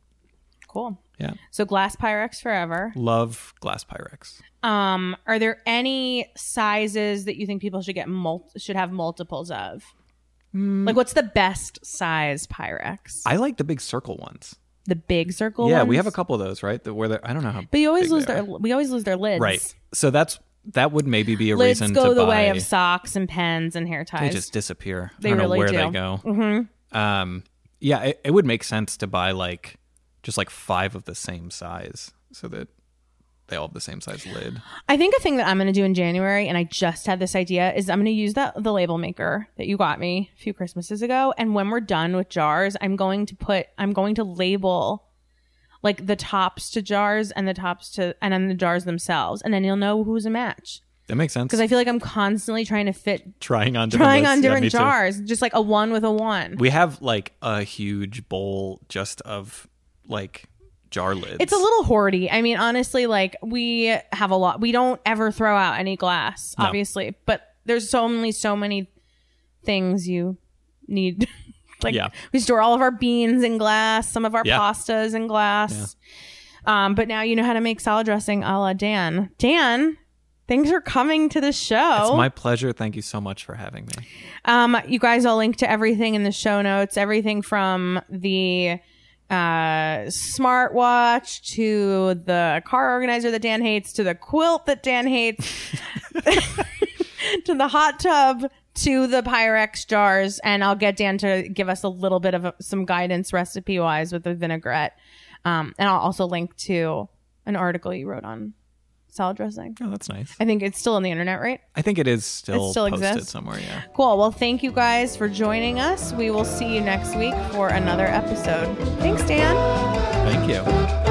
Speaker 1: Cool.
Speaker 2: Yeah.
Speaker 1: So glass Pyrex forever.
Speaker 2: Love glass Pyrex.
Speaker 1: Um, are there any sizes that you think people should get mul- should have multiples of? Like what's the best size Pyrex?
Speaker 2: I like the big circle ones.
Speaker 1: the big circle.
Speaker 2: yeah,
Speaker 1: ones?
Speaker 2: we have a couple of those, right? That where they're, I don't know how.
Speaker 1: But you always
Speaker 2: big
Speaker 1: lose
Speaker 2: they
Speaker 1: their
Speaker 2: are.
Speaker 1: we always lose their lids.
Speaker 2: right. So that's that would maybe be a
Speaker 1: Lids
Speaker 2: reason
Speaker 1: go
Speaker 2: to
Speaker 1: the
Speaker 2: buy.
Speaker 1: way of socks and pens and hair
Speaker 2: they
Speaker 1: ties.
Speaker 2: just disappear.
Speaker 1: They
Speaker 2: I don't
Speaker 1: really
Speaker 2: know where
Speaker 1: do. Mm-hmm.
Speaker 2: they go. Um, yeah, it, it would make sense to buy like just like five of the same size so that they all have the same size lid.
Speaker 1: I think a thing that I'm going to do in January, and I just had this idea, is I'm going to use that the label maker that you got me a few Christmases ago. And when we're done with jars, I'm going to put, I'm going to label like the tops to jars and the tops to, and then the jars themselves, and then you'll know who's a match.
Speaker 2: That makes sense.
Speaker 1: Because I feel like I'm constantly trying to fit,
Speaker 2: trying on different
Speaker 1: trying on
Speaker 2: lids. Yeah,
Speaker 1: different
Speaker 2: me too.
Speaker 1: jars, just like a one with a one.
Speaker 2: We have like a huge bowl just of like jar lids.
Speaker 1: It's a little hoardy. I mean, honestly, like we have a lot. We don't ever throw out any glass,
Speaker 2: No.
Speaker 1: obviously, but there's so only so many things you need. like
Speaker 2: Yeah.
Speaker 1: we store all of our beans in glass, some of our
Speaker 2: Yeah.
Speaker 1: pastas in glass. Um, but now you know how to make salad dressing a la Dan. Dan, things are coming to the show.
Speaker 2: It's my pleasure. Thank you so much for having me.
Speaker 1: Um, you guys, I'll link to everything in the show notes. Everything from the uh, smartwatch to the car organizer that Dan hates to the quilt that Dan hates to the hot tub to the Pyrex jars. And I'll get Dan to give us a little bit of uh, some guidance recipe wise with the vinaigrette. Um, and I'll also link to an article you wrote on salad dressing.
Speaker 2: Oh, that's nice.
Speaker 1: I think it's still on the internet, right?
Speaker 2: I think it is still,
Speaker 1: It still
Speaker 2: posted
Speaker 1: exists?
Speaker 2: somewhere. Yeah.
Speaker 1: Cool. Well, thank you guys for joining us. We will see you next week for another episode. Thanks, Dan.
Speaker 2: Thank you.